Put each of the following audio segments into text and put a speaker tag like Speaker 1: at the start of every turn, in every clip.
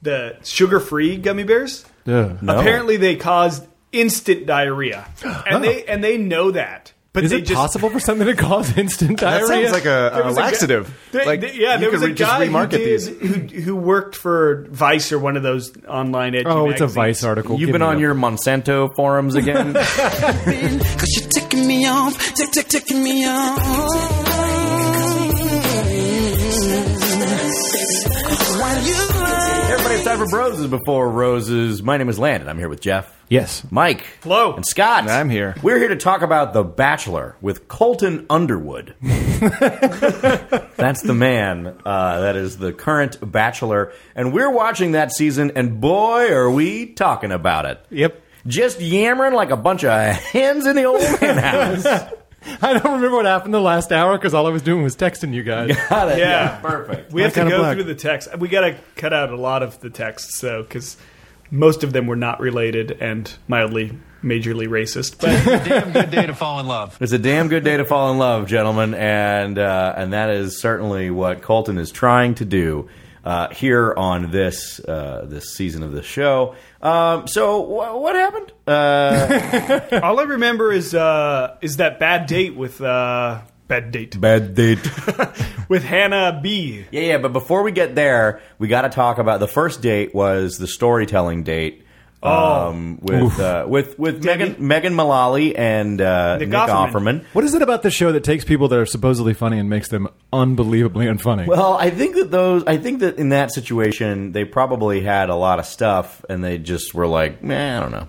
Speaker 1: the sugar-free gummy bears.
Speaker 2: Yeah.
Speaker 3: No.
Speaker 1: Apparently, they caused instant diarrhea, and they and they know that. But
Speaker 2: Oh. Is
Speaker 1: they
Speaker 2: it
Speaker 1: just,
Speaker 2: possible for something to cause instant
Speaker 3: That
Speaker 2: diarrhea?
Speaker 3: sounds like a,
Speaker 1: There
Speaker 3: a
Speaker 1: was a guy-
Speaker 3: laxative.
Speaker 1: There-
Speaker 3: like,
Speaker 1: there- yeah,
Speaker 3: you
Speaker 1: there
Speaker 3: could
Speaker 1: was a
Speaker 3: re- just
Speaker 1: guy who,
Speaker 3: remarket
Speaker 1: did,
Speaker 3: these.
Speaker 1: who who worked for Vice or one of those online. edu
Speaker 2: Oh, it's a
Speaker 1: magazines.
Speaker 2: Vice article.
Speaker 3: You've
Speaker 2: Give
Speaker 3: been
Speaker 2: me
Speaker 3: on
Speaker 2: a-
Speaker 3: your Monsanto forums again.
Speaker 4: Cause you're ticking me off, tick, tick, ticking me off. Why you
Speaker 3: Everybody, it's time for Broses Before Roses. My name is Landon. I'm here with Jeff.
Speaker 2: Yes.
Speaker 3: Mike.
Speaker 1: Hello.
Speaker 3: And Scott.
Speaker 2: I'm here.
Speaker 3: We're here to talk about The Bachelor with Colton Underwood. That's the man. Uh, that is the current Bachelor. And we're watching that season, and boy, are we talking about it.
Speaker 2: Yep.
Speaker 3: Just yammering like a bunch of hens in the old hen house.
Speaker 2: I don't remember what happened the last hour because all I was doing was texting you guys.
Speaker 3: Got it.
Speaker 1: Yeah.
Speaker 3: Perfect.
Speaker 1: We have to
Speaker 2: kinda
Speaker 1: go
Speaker 2: black.
Speaker 1: through the text. We got to cut out a lot of the texts, though, because most of them were not related and mildly, majorly racist. But
Speaker 5: Damn good day to fall in love.
Speaker 3: It's a damn good day to fall in love, gentlemen, and uh, and that is certainly what Colton is trying to do uh, here on this uh, this season of the show. Um, so wh- what happened? Uh,
Speaker 1: all I remember is uh, is that bad date with uh, bad date
Speaker 3: Bad date.
Speaker 1: with Hannah B.
Speaker 3: yeah, yeah. But before we get there, we got to talk about the first date was the storytelling date.
Speaker 1: Oh.
Speaker 3: Um, with, uh, with with Megan Megan Mullally and uh,
Speaker 1: Nick
Speaker 3: Nick,
Speaker 1: Offerman.
Speaker 3: Offerman.
Speaker 2: What is it about the show that takes people that are supposedly funny and makes them unbelievably unfunny?
Speaker 3: Well, I think that those. I think that in that situation, they probably had a lot of stuff, and they just were like, "Man, I don't know."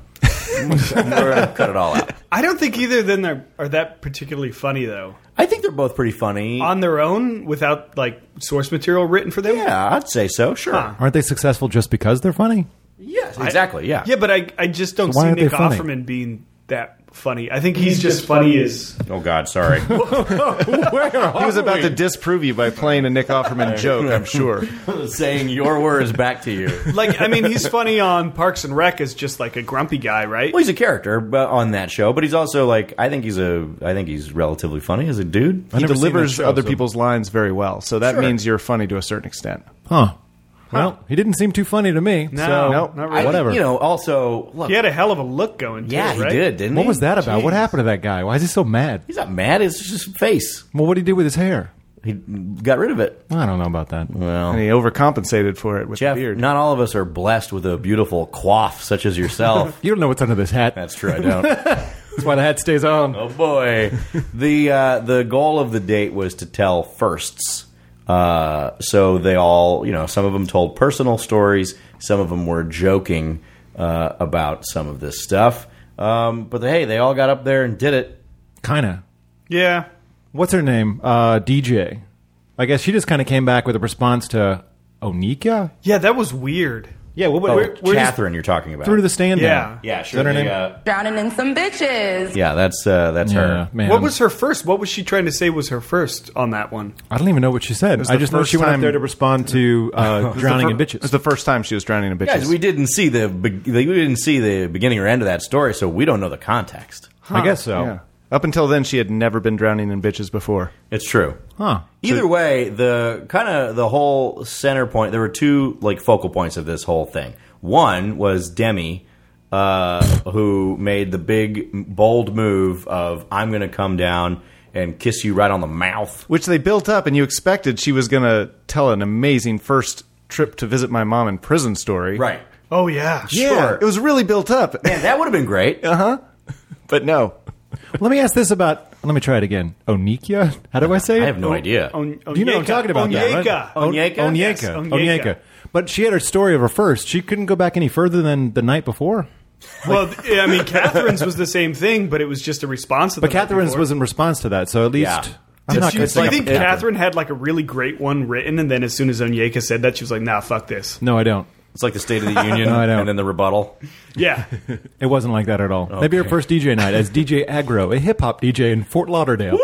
Speaker 3: We're gonna cut it all out.
Speaker 1: I don't think either of them are, are that particularly funny, though.
Speaker 3: I think they're both pretty funny.
Speaker 1: On their own, without like source material written for them.
Speaker 3: yeah, I'd say so. Sure.
Speaker 1: Huh.
Speaker 2: Aren't they successful just because they're funny?
Speaker 3: Yes, exactly. yeah.
Speaker 1: Yeah, but I, I just don't
Speaker 2: So why
Speaker 1: see
Speaker 2: aren't
Speaker 1: Nick
Speaker 2: they funny?
Speaker 1: Offerman being that funny. I think he's, just funny as
Speaker 3: Oh God, sorry.
Speaker 6: He was about to disprove you by playing a Nick Offerman joke, I'm sure.
Speaker 3: Saying your words back to you.
Speaker 1: like I mean he's funny on Parks and Rec as just like a grumpy guy, right?
Speaker 3: Well, he's a character but on that show, but he's also like I think he's a I think he's relatively funny as a dude.
Speaker 2: never
Speaker 6: He
Speaker 2: seen
Speaker 6: delivers
Speaker 2: that show,
Speaker 6: other
Speaker 2: so-
Speaker 6: people's lines very well, so that
Speaker 3: Sure.
Speaker 6: means you're funny to a certain extent.
Speaker 2: Huh. Well, he didn't seem too funny to me. so
Speaker 6: Nope, not
Speaker 3: I-
Speaker 6: really.
Speaker 2: whatever.
Speaker 3: You know. Also, look.
Speaker 1: He had a hell of a look going. too,
Speaker 3: yeah, he
Speaker 1: right?
Speaker 3: did, didn't he?
Speaker 2: what was that about? What happened to that guy? Why is he so mad?
Speaker 3: He's not mad. It's just his face.
Speaker 2: Well, what did he do with his hair?
Speaker 3: He got rid of it.
Speaker 2: I don't know about that.
Speaker 3: Well,
Speaker 6: And he overcompensated for it with
Speaker 3: Jeff,
Speaker 6: the beard.
Speaker 3: not all of us are blessed with a beautiful coif such as yourself.
Speaker 2: You don't know what's under this hat.
Speaker 3: That's true, I don't.
Speaker 2: That's why the hat stays on.
Speaker 3: oh boy, the uh, the goal of the date was to tell firsts. Uh, so they all, you know, some of them told personal stories, some of them were joking uh, about some of this stuff. Um, but hey, they all got up there and did it.
Speaker 2: Kinda.
Speaker 1: Yeah.
Speaker 2: What's her name? Uh, DJ. I guess she just kind of came back with a response to Onika.
Speaker 1: Yeah, that was weird.
Speaker 2: Yeah. What?
Speaker 3: Oh,
Speaker 2: what where- where just
Speaker 3: Catherine, you're talking about?
Speaker 2: threw to the stand?
Speaker 1: Yeah.
Speaker 3: yeah,
Speaker 2: Is
Speaker 3: sure.
Speaker 2: that her
Speaker 3: they,
Speaker 2: name?
Speaker 3: uh,
Speaker 7: Drowning in some bitches.
Speaker 3: yeah, that's uh, that's
Speaker 2: Yeah,
Speaker 3: her.
Speaker 2: man.
Speaker 1: What was her first? What was she trying to say was her first on that one?
Speaker 2: I don't even know what she said.
Speaker 6: was
Speaker 2: I
Speaker 6: the
Speaker 2: just know
Speaker 6: first
Speaker 2: she went up
Speaker 6: time-
Speaker 2: there to respond to uh, drowning in bitches.
Speaker 6: It's the first time she was drowning in bitches.
Speaker 3: Guys, we didn't see the be- we didn't see the beginning or end of that story, so we don't know the context.
Speaker 2: I guess so.
Speaker 6: Yeah. Up until then, she had never been drowning in bitches before.
Speaker 3: It's true.
Speaker 2: Huh.
Speaker 3: Either way, the kind of the whole center point. There were two like focal points of this whole thing. One was Demi, uh, who made the big bold move of "I'm going to come down and kiss you right on the mouth."
Speaker 6: Which they built up, and you expected she was going to tell an amazing first trip to visit my mom in prison story.
Speaker 1: Oh yeah.
Speaker 3: Sure.
Speaker 6: It was really built up,
Speaker 3: Man, that would have been great.
Speaker 6: but no.
Speaker 2: Let me ask this about. Let me try it again. Onikia. How do I say it?
Speaker 3: I have no idea.
Speaker 2: Oh,
Speaker 1: On, on
Speaker 2: you know what I'm talking about, though, right?
Speaker 3: Onyeka?
Speaker 6: Oh,
Speaker 2: Onyeka.
Speaker 1: Yes,
Speaker 2: Onyeka.
Speaker 1: Onyeka.
Speaker 2: But she had her story of her first. She couldn't go back any further than the night before.
Speaker 1: Well, th- I mean, Catherine's was the same thing, but it was just a response. To
Speaker 2: But Catherine's was in response to that. So at least.
Speaker 3: Yeah.
Speaker 2: I'm not
Speaker 1: Do you
Speaker 2: going to sing
Speaker 1: think
Speaker 2: up-
Speaker 1: Catherine had like a really great one written, and then as soon as Onyeka said that, she was like, "Nah, fuck this."
Speaker 2: No, I don't.
Speaker 3: It's like the State of the Union,
Speaker 2: No, I don't.
Speaker 3: and then the rebuttal.
Speaker 1: Yeah,
Speaker 2: It wasn't like that at all. That'd be her first DJ night as DJ Agro, a hip hop DJ in Fort Lauderdale.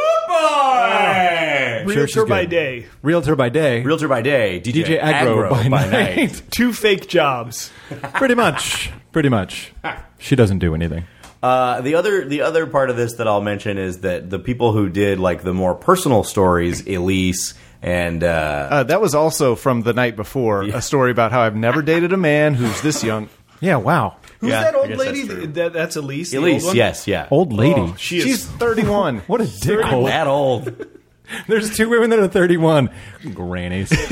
Speaker 1: realtor
Speaker 2: she's
Speaker 1: by
Speaker 2: good.
Speaker 1: day,
Speaker 2: Realtor by day,
Speaker 3: Realtor by day, DJ,
Speaker 2: DJ Agro, by, night.
Speaker 1: two fake jobs.
Speaker 2: pretty much. Pretty much. She doesn't do anything.
Speaker 3: Uh, the other the other part of this that I'll mention is that the people who did like the more personal stories, Elise and uh,
Speaker 6: Uh, that was also from the night before a story about how I've never dated a man who's this young.
Speaker 2: Yeah, wow.
Speaker 1: Who's
Speaker 6: Yeah,
Speaker 1: that
Speaker 3: I
Speaker 1: old
Speaker 3: guess
Speaker 1: lady?
Speaker 3: that's true.
Speaker 1: That, that- that's Elise. the old
Speaker 3: Elise,
Speaker 1: one?
Speaker 3: yes, yeah,
Speaker 2: Old lady.
Speaker 1: Oh, she is.
Speaker 6: She's 31.
Speaker 2: what a dickhole.
Speaker 3: that old.
Speaker 2: There's two women that are 31. Grannies.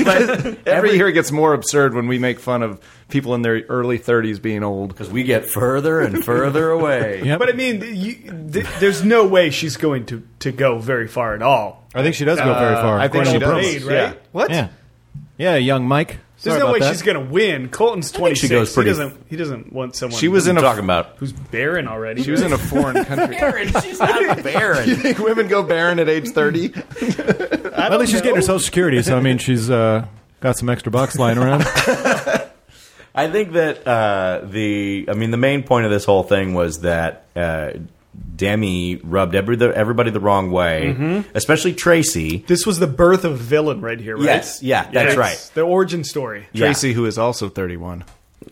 Speaker 6: Every year it gets more absurd when we make fun of people in their early 30s being old.
Speaker 3: Because we get further and further away.
Speaker 2: Yep.
Speaker 1: But I mean, you, th- there's no way she's going to, to go very far at all.
Speaker 2: I think she does go very far.
Speaker 6: I think
Speaker 2: according
Speaker 6: she
Speaker 2: to
Speaker 6: does.
Speaker 2: Brooks.
Speaker 1: Braid, right?
Speaker 6: Yeah.
Speaker 1: What?
Speaker 2: Yeah. Yeah, young Mike.
Speaker 1: There's
Speaker 2: Sorry
Speaker 1: no
Speaker 2: about
Speaker 1: way
Speaker 2: that.
Speaker 1: she's going to win. Colton's 26.
Speaker 3: she goes pretty-
Speaker 1: He doesn't, he doesn't want someone.
Speaker 6: She was in a
Speaker 3: Talking about
Speaker 1: who's barren already.
Speaker 6: she was in a foreign country.
Speaker 3: Barren. She's not barren.
Speaker 6: think women go barren at age 30?
Speaker 2: Well, at least she's getting her Social Security, so I mean, she's uh, got some extra bucks lying around.
Speaker 3: I think that uh, the I mean the main point of this whole thing was that uh, Demi rubbed every, the, everybody the wrong way,
Speaker 6: Mm-hmm.
Speaker 3: especially Tracy.
Speaker 1: This was the birth of villain right here, right?
Speaker 3: Yes, yeah, that's right.
Speaker 1: The origin story.
Speaker 3: Yeah.
Speaker 6: Tracy, who is also 31.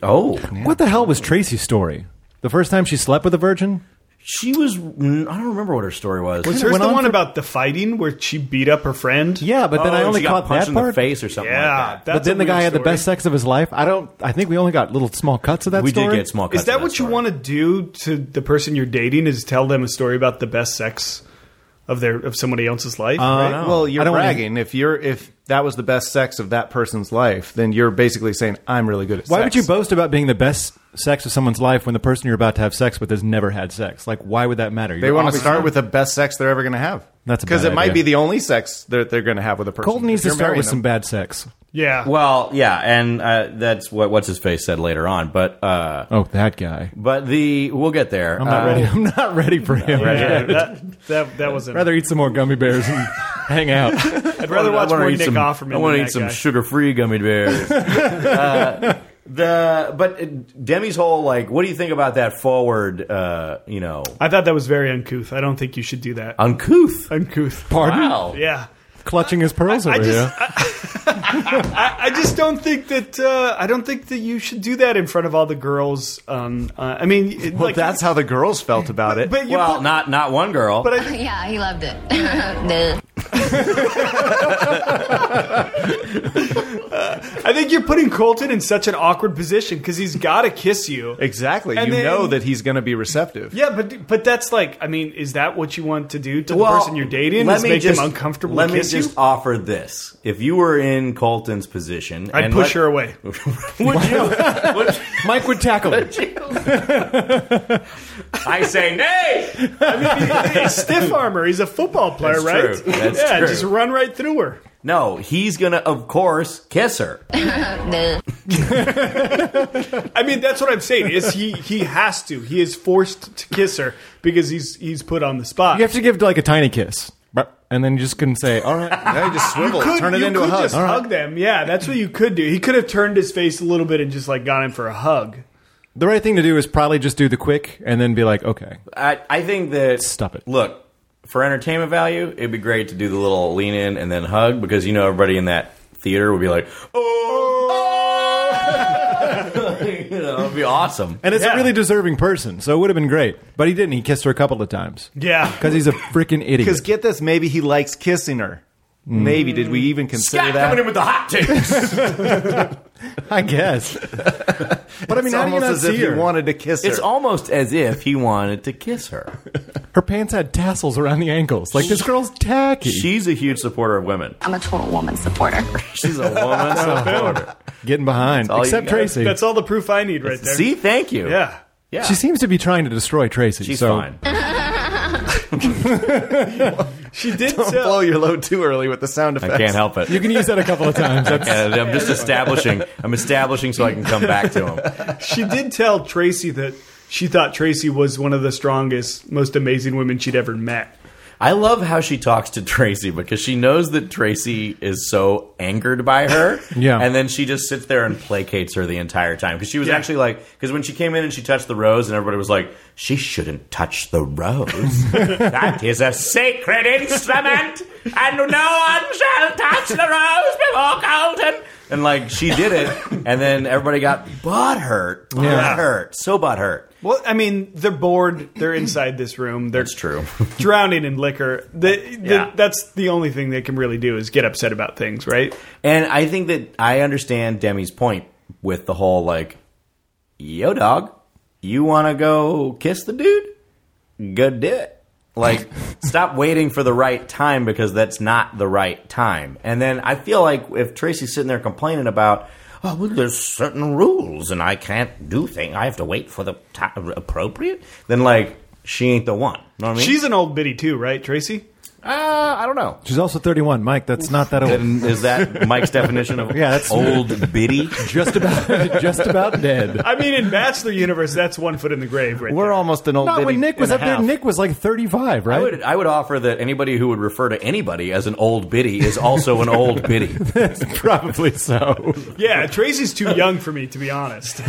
Speaker 3: Oh,
Speaker 2: What the hell was Tracy's story? The first time she slept with a virgin?
Speaker 3: she was. mm, I don't remember what her story was.
Speaker 1: Was hers
Speaker 2: went
Speaker 1: the
Speaker 2: on
Speaker 1: one
Speaker 2: for-
Speaker 1: about the fighting where she beat up her friend?
Speaker 2: Yeah, but then
Speaker 3: Oh,
Speaker 2: I only
Speaker 3: she got
Speaker 2: caught
Speaker 3: punched
Speaker 2: that
Speaker 3: in
Speaker 2: part.
Speaker 3: the face or something
Speaker 1: Yeah.
Speaker 3: like that.
Speaker 1: that's
Speaker 2: but then
Speaker 1: a
Speaker 2: the guy
Speaker 1: weird
Speaker 2: had the
Speaker 1: story.
Speaker 2: best sex of his life. I don't. I think we only got little small cuts of that
Speaker 3: we
Speaker 2: story.
Speaker 3: did get small. Cuts
Speaker 1: Is that
Speaker 3: of
Speaker 1: what you want to do to the person you're dating? Is tell them a story about the best sex of their of somebody else's life? right?
Speaker 6: Well, you're
Speaker 2: I don't wanna-
Speaker 6: bragging. If you're if that was the best sex of that person's life, then you're basically saying I'm really good at
Speaker 2: Why
Speaker 6: sex.
Speaker 2: would you boast about being the best sex of someone's life when the person you're about to have sex with has never had sex? Like, why would that matter?
Speaker 6: They want to start with the best sex they're ever going to have.
Speaker 2: That's a
Speaker 6: because
Speaker 2: bad
Speaker 6: it might
Speaker 2: idea.
Speaker 6: be the only sex that they're going to have with a person.
Speaker 2: Colton needs
Speaker 6: If
Speaker 2: to
Speaker 6: you're
Speaker 2: start
Speaker 6: marrying
Speaker 2: with some
Speaker 6: them.
Speaker 2: bad sex.
Speaker 1: yeah.
Speaker 3: Well, yeah, and uh, that's what what's his face said later on. But uh,
Speaker 2: Oh, that guy.
Speaker 3: but the we'll get there. Uh,
Speaker 2: I'm not ready. I'm not ready for him.
Speaker 1: yeah, that that that wasn't.
Speaker 2: I'd rather eat some more gummy bears and hang out.
Speaker 1: I'd rather watch more Nick Offerman.
Speaker 3: I want
Speaker 1: than
Speaker 3: to eat
Speaker 1: that
Speaker 3: some
Speaker 1: guy.
Speaker 3: sugar-free gummy bears. uh, the but uh, Demi's whole like, what do you think about that forward? Uh, you know,
Speaker 1: I thought that was very uncouth. I don't think you should do that.
Speaker 3: Uh, uncouth.
Speaker 1: uncouth.
Speaker 2: Pardon?
Speaker 3: Wow.
Speaker 1: Yeah.
Speaker 2: Clutching his pearls
Speaker 1: I
Speaker 2: over
Speaker 1: just,
Speaker 2: here.
Speaker 1: I, I, I just don't think that uh, I don't think that you should do that in front of all the girls. Um, uh, I mean, it,
Speaker 6: Well,
Speaker 1: like
Speaker 6: that's how the girls felt about it.
Speaker 1: But you
Speaker 3: Well, not not one girl.
Speaker 1: But I-
Speaker 8: Yeah, he loved it. Duh.
Speaker 1: I think you're putting Colton in such an awkward position because he's got to kiss you.
Speaker 6: exactly,
Speaker 1: And
Speaker 6: you
Speaker 1: then-
Speaker 6: know that he's going to be receptive.
Speaker 1: Yeah, but but that's like, I mean, is that what you want to do to the
Speaker 3: Well,
Speaker 1: person you're dating?
Speaker 3: let
Speaker 1: Is
Speaker 3: me
Speaker 1: make
Speaker 3: just-
Speaker 1: them uncomfortable?
Speaker 3: Let
Speaker 1: and
Speaker 3: me
Speaker 1: kiss
Speaker 3: just
Speaker 1: you?
Speaker 3: offer this: if you were in Colton's position,
Speaker 1: I'd
Speaker 3: and
Speaker 1: push
Speaker 3: let-
Speaker 1: her away.
Speaker 3: Would you? would-
Speaker 2: Mike would tackle him.
Speaker 3: I say nay.
Speaker 1: He's stiff armor. He's a football player,
Speaker 3: That's
Speaker 1: right?
Speaker 3: true. That's
Speaker 1: yeah,
Speaker 3: true.
Speaker 1: just run right through her.
Speaker 3: No, he's gonna, of course, kiss her.
Speaker 8: Duh.
Speaker 1: I mean, that's what I'm saying. Is he he has to. He is forced to kiss her because he's he's put on the spot.
Speaker 2: You have to give like a tiny kiss, and then you just couldn't say, "All right."
Speaker 6: Now you just swivel, it,
Speaker 1: Could-
Speaker 6: turn it
Speaker 1: you
Speaker 6: into a
Speaker 1: could
Speaker 6: hug.
Speaker 1: Just hug them. Yeah, that's what you could do. He could have turned his face a little bit and just like got in for a hug.
Speaker 2: The right thing to do is probably just do the quick, and then be like, "Okay."
Speaker 3: I, I think that
Speaker 2: Stop it.
Speaker 3: Look, for entertainment value, it'd be great to do the little lean in and then hug because you know everybody in that theater would be like, oh, oh!" you know, it'd be awesome.
Speaker 2: And it's
Speaker 1: Yeah.
Speaker 2: a really deserving person, so it would have been great. But he didn't. He kissed her a couple of times.
Speaker 1: Yeah.
Speaker 2: because he's a freaking
Speaker 6: Because
Speaker 2: idiot.
Speaker 6: get this, maybe he likes kissing her. Maybe did we even consider
Speaker 3: Scott
Speaker 6: that?
Speaker 3: coming in with the hot takes.
Speaker 2: I guess. but I mean,
Speaker 6: it's
Speaker 2: how do you
Speaker 6: almost
Speaker 2: not
Speaker 6: as if
Speaker 2: see
Speaker 6: he
Speaker 2: her?
Speaker 6: wanted to kiss her.
Speaker 3: it's almost as if he wanted to kiss her.
Speaker 2: her pants had tassels around the ankles. Like this girl's tacky.
Speaker 3: She's a huge supporter of women.
Speaker 8: I'm a total woman supporter.
Speaker 3: She's a woman supporter.
Speaker 2: Getting behind,
Speaker 3: all you
Speaker 2: except
Speaker 3: got.
Speaker 2: Tracy.
Speaker 1: That's all the proof I need right there.
Speaker 3: See, thank you.
Speaker 1: Yeah.
Speaker 3: yeah.
Speaker 2: she seems to be trying to destroy Tracy.
Speaker 3: She's
Speaker 2: so
Speaker 3: fine.
Speaker 1: She did
Speaker 6: Don't blow
Speaker 1: tell
Speaker 6: your load too early with the sound effects.
Speaker 3: I can't help it.
Speaker 2: you can use that a couple of times. That's,
Speaker 3: And I'm just establishing. I'm establishing so I can come back to him.
Speaker 1: she did tell Tracy that she thought Tracy was one of the strongest, most amazing women she'd ever met.
Speaker 3: I love how she talks to Tracy because she knows that Tracy is so angered by her.
Speaker 2: Yeah.
Speaker 3: And then she just sits there and placates her the entire time. Because she was
Speaker 1: Yeah.
Speaker 3: actually like, because when she came in and she touched the rose, and everybody was like, she shouldn't touch the rose. that is a sacred instrument. and no one shall touch the rose before golden. And like she did it, and then everybody got butt hurt, butt hurt, so butt hurt.
Speaker 1: Well, I mean, they're bored. They're inside this room. They're
Speaker 3: That's true.
Speaker 1: drowning in liquor. The, the,
Speaker 3: Yeah.
Speaker 1: That's the only thing they can really do is get upset about things, right?
Speaker 3: And I think that I understand Demi's point with the whole like, yo, dog, you want to go kiss the dude? Go do it. Like, stop waiting for the right time because that's not the right time. And then I feel like if Tracy's sitting there complaining about, oh, well, there's certain rules and I can't do things, I have to wait for the ti appropriate, then like, she ain't the one. Know what I mean?
Speaker 1: She's an old biddy too, right, Tracy?
Speaker 3: uh, I don't know.
Speaker 2: She's also 31, Mike. That's not that old.
Speaker 3: Is that Mike's definition of
Speaker 2: Yeah, that's-
Speaker 3: old biddy?
Speaker 2: just about, just about dead.
Speaker 1: I mean, in Bachelor Universe, that's one foot in the grave right
Speaker 6: We're
Speaker 1: there.
Speaker 6: almost an old.
Speaker 2: Not
Speaker 6: biddy
Speaker 2: when Nick was up
Speaker 6: and a
Speaker 2: there.
Speaker 6: half.
Speaker 2: Nick was like 35, right?
Speaker 3: I would, I would offer that anybody who would refer to anybody as an old biddy is also an old biddy.
Speaker 2: Probably so.
Speaker 1: Yeah, Tracy's too young for me, to be honest.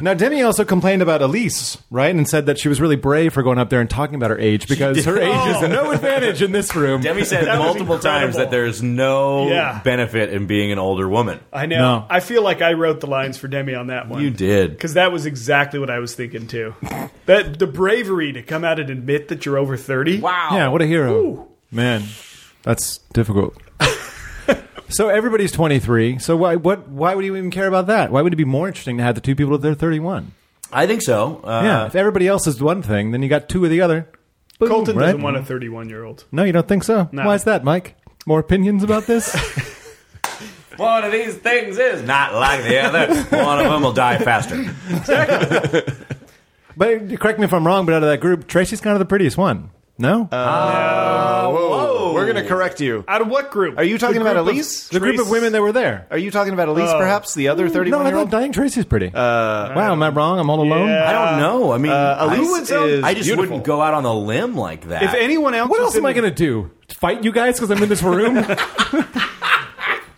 Speaker 2: Now, Demi also complained about Elise, right? And said that she was really brave for going up there and talking about her age because her age is no advantage in this room.
Speaker 3: Demi said
Speaker 1: That was
Speaker 3: multiple times
Speaker 1: incredible.
Speaker 3: that there's no
Speaker 1: Yeah.
Speaker 3: benefit in being an older woman.
Speaker 1: I know.
Speaker 2: No.
Speaker 1: I feel like I wrote the lines for Demi on that one.
Speaker 3: You did.
Speaker 1: Because that was exactly what I was thinking too. That the bravery to come out and admit that you're over thirty.
Speaker 3: Wow.
Speaker 2: Yeah, what a hero. Man, that's difficult. so everybody's 23. So why what why would you even care about that? Why would it be more interesting to have the two people that they're 31?
Speaker 3: I think so. Uh,
Speaker 2: yeah, if everybody else is one thing, then you got two of the other. Boom,
Speaker 1: Colton
Speaker 2: right?
Speaker 1: doesn't want a thirty-one-year-old.
Speaker 2: No, you don't think so? Why is that, Mike? More opinions about this?
Speaker 3: One of these things is not like the other. One of them will die faster.
Speaker 2: but correct me if I'm wrong, but out of that group, Tracy's kind of the prettiest one. No?
Speaker 6: Whoa. We're going to correct you.
Speaker 1: Out of what group?
Speaker 6: Are you talking
Speaker 1: The
Speaker 6: about
Speaker 1: group of
Speaker 6: Elise?
Speaker 2: the group of
Speaker 1: Trace-
Speaker 2: women that were there.
Speaker 6: Are you talking about Elise, perhaps the other
Speaker 2: No,
Speaker 6: thirty-one
Speaker 2: I,
Speaker 6: year old?
Speaker 2: thought, I think Tracy's pretty. wow, am I wrong? I'm all alone?
Speaker 1: Yeah.
Speaker 3: I don't know. I mean,
Speaker 6: Uh, Elise
Speaker 3: I, would say-
Speaker 6: is
Speaker 3: I just
Speaker 6: beautiful.
Speaker 3: wouldn't go out on a limb like that.
Speaker 1: If anyone else,
Speaker 2: What
Speaker 1: was
Speaker 2: else am
Speaker 1: in
Speaker 2: I going to do? Fight you guys because I'm in this room?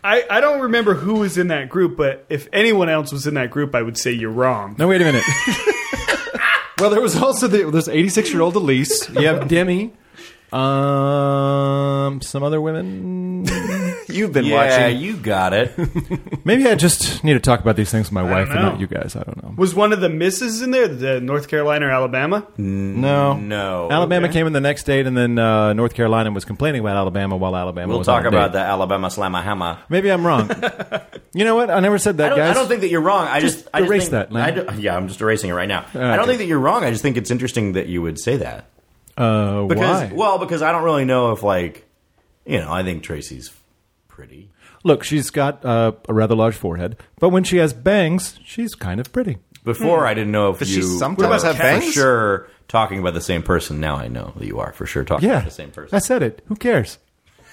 Speaker 1: I, I don't remember who was in that group, but if anyone else was in that group, I would say you're wrong.
Speaker 2: No, wait a minute. well, there was also the, this 86 year old Elise. You have Demi. Um, some other women.
Speaker 6: You've been
Speaker 3: yeah,
Speaker 6: watching.
Speaker 3: you got it.
Speaker 2: Maybe I just need to talk about these things with my wife and
Speaker 1: know.
Speaker 2: not you guys. I don't know.
Speaker 1: Was one of the misses in there, the North Carolina or Alabama?
Speaker 2: No,
Speaker 3: No.
Speaker 2: Alabama came in the next date, and then uh, North Carolina was complaining about Alabama while Alabama.
Speaker 3: We'll
Speaker 2: was
Speaker 3: talk
Speaker 2: on a
Speaker 3: about
Speaker 2: date.
Speaker 3: the Alabama Slamma Hammer.
Speaker 2: Maybe I'm wrong. you know what? I never said that,
Speaker 3: I don't,
Speaker 2: guys.
Speaker 3: I don't think that you're wrong. I just, I just
Speaker 2: erase
Speaker 3: think-
Speaker 2: that, man. Ah,
Speaker 3: I don't- yeah, I'm just erasing it right now. I
Speaker 2: okay.
Speaker 3: don't think that you're wrong. I just think it's interesting that you would say that
Speaker 2: Uh,
Speaker 3: because,
Speaker 2: why?
Speaker 3: well, because I don't really know if like, you know, I think Tracy's pretty.
Speaker 2: Look, she's got uh, a rather large forehead, but when she has bangs, she's kind of pretty.
Speaker 3: Before I didn't know if
Speaker 6: Does Hmm. she
Speaker 3: you
Speaker 6: sometimes
Speaker 3: were
Speaker 6: have
Speaker 3: for
Speaker 6: bangs?
Speaker 3: sure talking about the same person. Now I know that you are for sure talking
Speaker 2: Yeah,
Speaker 3: about the same person.
Speaker 2: I said it. Who cares?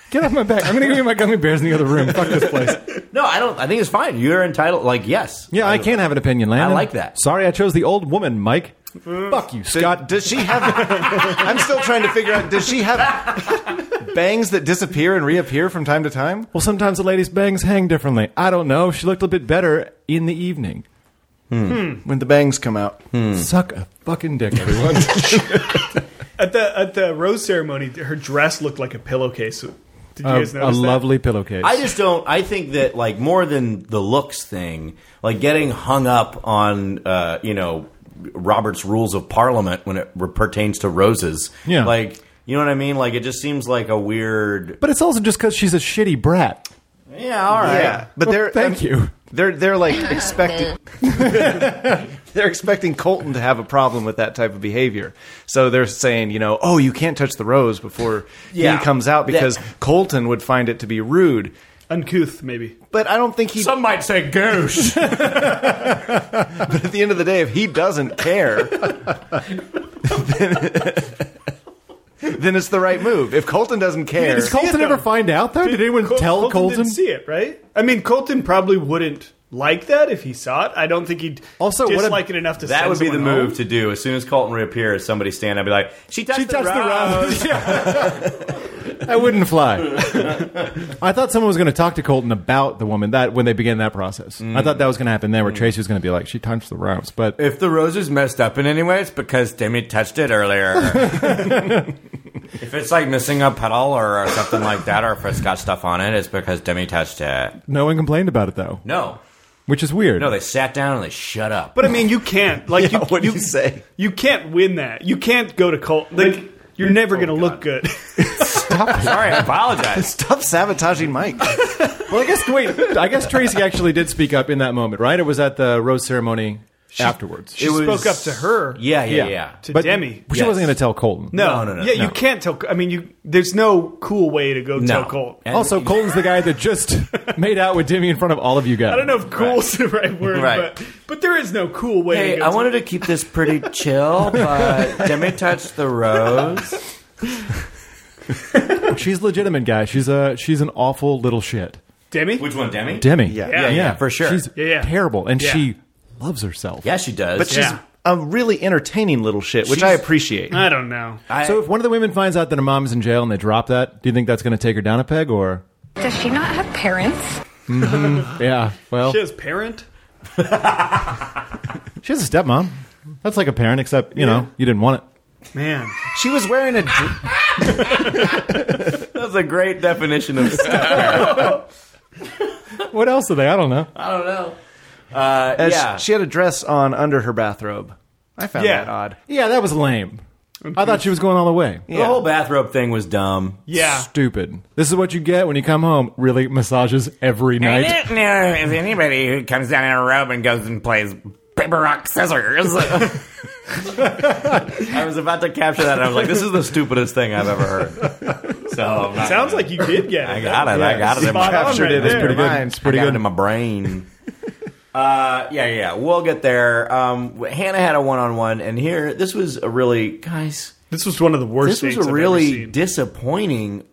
Speaker 2: Get off my back. I'm going to go get my gummy bears in the other room. Fuck this place.
Speaker 3: no, I don't. I think it's fine. You're entitled. Like, yes.
Speaker 2: Yeah, I can have an opinion, Landon.
Speaker 3: I like that.
Speaker 2: Sorry, I chose the old woman, Mike. Fuck you, Scott.
Speaker 6: Does she have? I'm still trying to figure out. Does she have bangs that disappear and reappear from time to time?
Speaker 2: well, sometimes a lady's bangs hang differently. I don't know. She looked a bit better in the evening.
Speaker 6: When the bangs come out,
Speaker 3: Hmm.
Speaker 2: Suck a fucking dick, everyone. Uh,
Speaker 1: At the at the rose ceremony, her dress looked like a pillowcase. Did you
Speaker 2: a
Speaker 1: guys notice that?
Speaker 2: lovely pillowcase.
Speaker 3: I just don't. I think that like more than the looks thing, like getting hung up on uh, you know Robert's rules of Parliament when it re- pertains to roses.
Speaker 2: Yeah.
Speaker 3: like you know what I mean. Like it just seems like a weird.
Speaker 2: but it's also just because she's a shitty brat.
Speaker 3: Yeah, all right.
Speaker 6: yeah. But
Speaker 2: Well,
Speaker 6: um, they're
Speaker 2: thank
Speaker 3: um,
Speaker 6: I'm-
Speaker 2: you.
Speaker 6: They're they're like expecting. they're expecting Colton to have a problem with that type of behavior. So they're saying, you know, oh, you can't touch the rose before
Speaker 3: Yeah.
Speaker 6: he comes out because
Speaker 3: That-
Speaker 6: Colton would find it to be rude.
Speaker 1: Uncouth, maybe.
Speaker 6: But I don't think he.
Speaker 3: Some might say goose.
Speaker 6: But at the end of the day, if he doesn't care, then, then it's the right move. If Colton doesn't care,
Speaker 2: Did Colton
Speaker 1: though.
Speaker 2: ever find out though? Did, anyone
Speaker 1: Col-
Speaker 2: tell Colton?
Speaker 1: didn't see it, right? I mean, Colton probably wouldn't like that if he saw it. I don't think he'd
Speaker 2: Also, what a-
Speaker 1: dislike it enough to.
Speaker 3: that
Speaker 1: send
Speaker 3: would be the
Speaker 1: someone home.
Speaker 3: move to do. As soon as Colton reappears, somebody stand up and be like, "She touched,
Speaker 2: She touched
Speaker 3: the, rose.
Speaker 2: the rose. I wouldn't fly. I thought someone was going to talk to Colton about the woman that when they began that process. I thought that was going to happen there,
Speaker 1: Mm.
Speaker 2: where Tracy was going to be like, "She touched the rose," but
Speaker 3: If the rose is messed up in any way, it's because Demi touched it earlier. If it's like missing a pedal or, or something like that, or if it's got stuff on it, it's because Demi touched it.
Speaker 2: No one complained about it though,
Speaker 3: No,
Speaker 2: which is weird.
Speaker 3: no, they sat down and they shut up.
Speaker 1: But I mean, you can't like you,
Speaker 9: what do you say?
Speaker 1: You can't win that. You can't go to Colt. Like you're
Speaker 3: oh,
Speaker 1: never going to look good.
Speaker 3: Sorry, I apologize.
Speaker 6: Stop sabotaging Mike.
Speaker 2: well, I guess wait, I guess Tracy actually did speak up in that moment, right? It was at the rose ceremony afterwards.
Speaker 1: She spoke up to her.
Speaker 3: Yeah, yeah, yeah.
Speaker 1: to
Speaker 2: but
Speaker 1: Demi.
Speaker 2: she wasn't going to tell Colton.
Speaker 9: No,
Speaker 1: No,
Speaker 9: no, no,
Speaker 1: Yeah,
Speaker 9: no.
Speaker 1: you can't tell. I mean, you. There's no cool way to go tell
Speaker 3: No.
Speaker 1: Colt.
Speaker 3: And-
Speaker 2: Also, Colton's the guy that just made out with Demi in front of all of you guys.
Speaker 1: I don't know if "cool's the right word,
Speaker 3: Right.
Speaker 1: but but there is no cool way. to
Speaker 3: Hey,
Speaker 1: go
Speaker 3: I
Speaker 1: tell-
Speaker 3: wanted to keep this pretty chill, but Demi touched the rose.
Speaker 2: She's legitimate, guy. She's a she's an awful little shit.
Speaker 1: Demi.
Speaker 3: one, Demi?
Speaker 2: Demi.
Speaker 1: Yeah, yeah,
Speaker 3: for sure.
Speaker 2: She's
Speaker 1: Yeah, yeah.
Speaker 2: terrible, and
Speaker 1: Yeah.
Speaker 2: she loves herself.
Speaker 3: Yeah, she does.
Speaker 6: But she's
Speaker 1: Yeah.
Speaker 6: a really entertaining little shit, which
Speaker 3: She's- Ah.
Speaker 6: I appreciate.
Speaker 1: I don't know.
Speaker 3: I-
Speaker 2: So if one of the women finds out that her mom's in jail and they drop that, do you think that's going to take her down a peg? Or
Speaker 10: Does she not have parents?
Speaker 2: yeah, well,
Speaker 1: She has parent.
Speaker 2: she has a stepmom. That's like a parent, except you know you didn't want it.
Speaker 1: Man,
Speaker 6: She was wearing a. dr-
Speaker 3: that's a great definition of stuff.
Speaker 2: What else are they? I don't know.
Speaker 3: I don't know. Uh,
Speaker 6: uh,
Speaker 3: yeah.
Speaker 6: She had a dress on under her bathrobe. I found
Speaker 1: Yeah.
Speaker 6: that odd.
Speaker 2: Yeah, that was lame. I thought she was going all the way.
Speaker 3: The whole bathrobe thing was dumb.
Speaker 1: yeah.
Speaker 2: Stupid. This is what you get when you come home. Really massages every
Speaker 3: I
Speaker 2: night.
Speaker 3: don't know if anybody who comes down in a robe and goes and plays paper rock scissors. I was about to capture that, and I was like, "This is the stupidest thing I've ever heard." So I'm not-
Speaker 1: Sounds like you did get it.
Speaker 3: I got it. I got it. In
Speaker 1: Spot
Speaker 3: my,
Speaker 1: on right
Speaker 2: It's
Speaker 1: there.
Speaker 2: pretty good.
Speaker 6: Mine's
Speaker 2: It's pretty
Speaker 3: I got
Speaker 2: good.
Speaker 3: it in my brain. Uh, yeah, yeah, we'll get there. Um, Hannah had a one-on-one, and here, this was a really, guys,
Speaker 1: This was one of the worst.
Speaker 3: this was
Speaker 1: dates I've
Speaker 3: a
Speaker 1: ever
Speaker 3: really
Speaker 1: seen.
Speaker 3: disappointing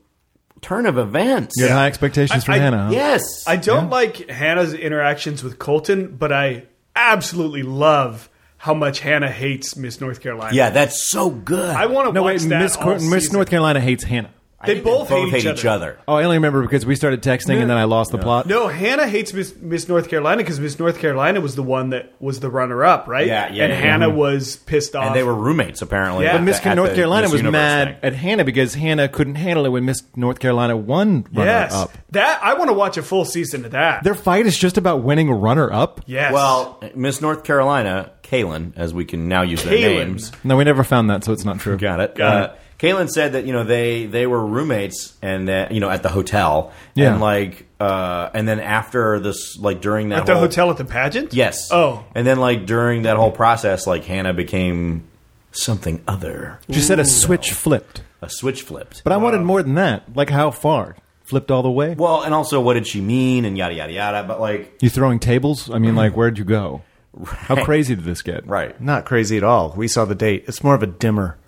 Speaker 3: turn of events.
Speaker 2: You had high expectations from
Speaker 1: I-
Speaker 2: Hannah. huh?
Speaker 3: Yes,
Speaker 1: I don't like Hannah's interactions with Colton, but I absolutely love how much Hannah hates Miss North Carolina.
Speaker 3: yeah, that's so good.
Speaker 1: I want to
Speaker 2: No,
Speaker 1: watch
Speaker 2: wait.
Speaker 1: that.
Speaker 2: Miss,
Speaker 1: all
Speaker 2: Cor- Miss
Speaker 1: season.
Speaker 2: North Carolina hates Hannah.
Speaker 1: They both,
Speaker 3: both
Speaker 1: hate, each other.
Speaker 3: other.
Speaker 2: Oh, I only remember because we started texting and then I lost the plot.
Speaker 1: No, Hannah hates Miss, Miss North Carolina because Miss North Carolina was the one that was the runner up, right?
Speaker 3: Yeah, yeah,
Speaker 1: And
Speaker 3: yeah.
Speaker 1: Hannah
Speaker 2: Mm-hmm.
Speaker 1: was pissed off.
Speaker 3: and they were roommates apparently.
Speaker 1: Yeah.
Speaker 3: at
Speaker 1: But
Speaker 2: Miss
Speaker 3: the- at
Speaker 2: North
Speaker 3: the
Speaker 2: Carolina
Speaker 3: Miss
Speaker 2: was
Speaker 3: Universe
Speaker 2: mad
Speaker 3: thing.
Speaker 2: at Hannah because Hannah couldn't handle it when Miss North Carolina won runner
Speaker 1: yes,
Speaker 2: up.
Speaker 1: that I want to watch a full season of that.
Speaker 2: Their fight is just about winning runner up.
Speaker 1: yes,
Speaker 3: Well, Miss North Carolina, Kaylin, as we can now use
Speaker 1: Kaylin.
Speaker 3: their names.
Speaker 2: No, we never found that, so it's not true.
Speaker 3: Got it. uh, Kaylin said that you know they they were roommates and that you know at the hotel
Speaker 2: Yeah.
Speaker 3: and like uh, and then after this like during that
Speaker 1: at the
Speaker 3: whole-
Speaker 1: hotel at the pageant.
Speaker 3: Yes.
Speaker 1: Oh,
Speaker 3: and then like during that whole process, like Hannah became something other.
Speaker 2: She said a switch flipped,
Speaker 3: A switch flipped.
Speaker 2: but I wanted more than that. Like how far? Flipped all the way?
Speaker 3: well, and also what did she mean and yada yada yada. But like
Speaker 2: You throwing tables? I mean, like where'd you go? How crazy did this get?
Speaker 3: right.
Speaker 6: Not crazy at all. We saw the date. It's more of a dimmer.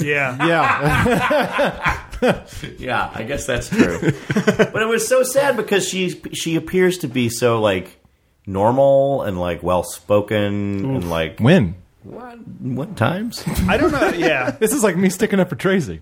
Speaker 1: yeah,
Speaker 2: Yeah.
Speaker 3: Yeah, I guess that's true. but it was so sad because she she appears to be so like normal and like well spoken and like
Speaker 2: when?
Speaker 3: what what times?
Speaker 1: I don't know. Yeah,
Speaker 2: This is like me sticking up for Tracy.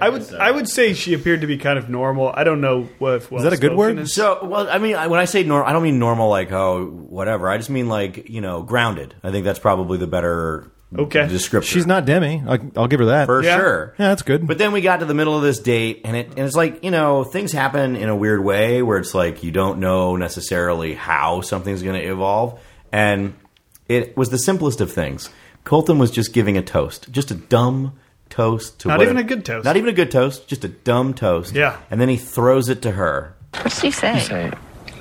Speaker 1: I would. I would say she appeared to be kind of normal. I don't know what. If well
Speaker 2: that a good word?
Speaker 3: so well, I mean, I- when I say normal, I don't mean normal like oh whatever. I just mean like you know grounded. I think that's probably the better
Speaker 1: Okay.
Speaker 3: description.
Speaker 2: She's not Demi. I, I'll give her that.
Speaker 3: for
Speaker 1: Yeah.
Speaker 3: sure.
Speaker 2: Yeah, that's good.
Speaker 3: But then we got to the middle of this date, and it and it's like you know things happen in a weird way where it's like you don't know necessarily how something's going to evolve, and it was the simplest of things. Colton was just giving a toast, just a dumb toast to
Speaker 1: Not
Speaker 3: what
Speaker 1: even a good toast.
Speaker 3: not even a good toast, just a dumb toast.
Speaker 1: Yeah.
Speaker 3: and then he throws it to her.
Speaker 8: What did you say?
Speaker 11: say,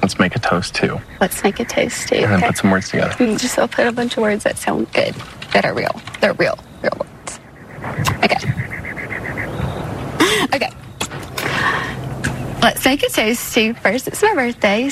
Speaker 11: let's make a toast too.
Speaker 8: Let's make a toast too.
Speaker 11: And then
Speaker 8: okay?
Speaker 11: put some words together.
Speaker 8: We just I'll put a bunch of words that sound good, that are real. They're real, real words. Okay. Okay. Let's make a toast to first. It's my birthday.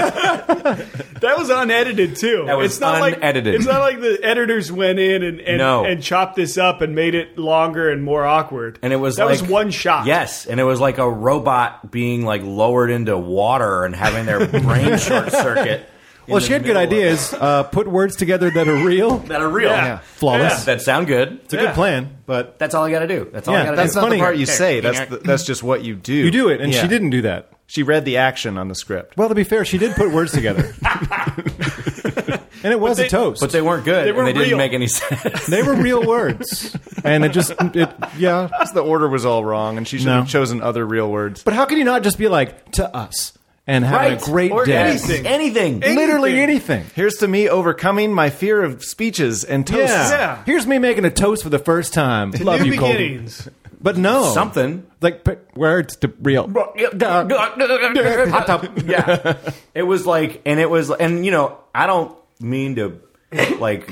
Speaker 1: That was unedited too.
Speaker 3: That was
Speaker 1: it's not
Speaker 3: unedited.
Speaker 1: Like, it's not like the editors went in and and,
Speaker 3: No.
Speaker 1: and chopped this up and made it longer and more awkward.
Speaker 3: And it was
Speaker 1: that
Speaker 3: like,
Speaker 1: was one shot.
Speaker 3: Yes, and it was like a robot being like lowered into water and having their brain short circuit. in
Speaker 2: well,
Speaker 3: the
Speaker 2: she had good
Speaker 3: middle of-
Speaker 2: ideas. Uh, put words together that are real.
Speaker 3: that are real.
Speaker 1: Yeah.
Speaker 2: Flawless.
Speaker 3: That sound good.
Speaker 2: It's a good plan, but
Speaker 3: That's all I got to do. That's all
Speaker 2: Yeah,
Speaker 3: I got to do.
Speaker 2: that's
Speaker 6: That's not
Speaker 2: funny.
Speaker 6: the part you
Speaker 3: There.
Speaker 6: say. That's the, that's just what you do.
Speaker 2: you do it, and
Speaker 6: Yeah.
Speaker 2: she didn't do that.
Speaker 6: She read the action on the script.
Speaker 2: Well, to be fair, she did put words together. and it was
Speaker 1: they-
Speaker 2: a toast.
Speaker 3: But they weren't good.
Speaker 1: They
Speaker 3: and
Speaker 1: weren't
Speaker 3: they
Speaker 1: real.
Speaker 3: didn't make any sense.
Speaker 2: they were real words. And it just, it, yeah.
Speaker 6: The order was all wrong, and she should
Speaker 2: No.
Speaker 6: have chosen other real words.
Speaker 2: But how can you not just be like, to us, and have a great
Speaker 3: or
Speaker 2: day?
Speaker 3: Anything. Anything.
Speaker 2: Literally anything.
Speaker 6: Here's to me overcoming my fear of speeches and toasts.
Speaker 2: Yeah.
Speaker 1: Yeah.
Speaker 2: Here's me making a toast for the first time. Love
Speaker 1: New
Speaker 2: you, Colton.
Speaker 1: beginnings.
Speaker 2: But no.
Speaker 3: Something.
Speaker 2: Like pick words to real.
Speaker 3: yeah. It was like, and it was, and you know, I don't mean to, like,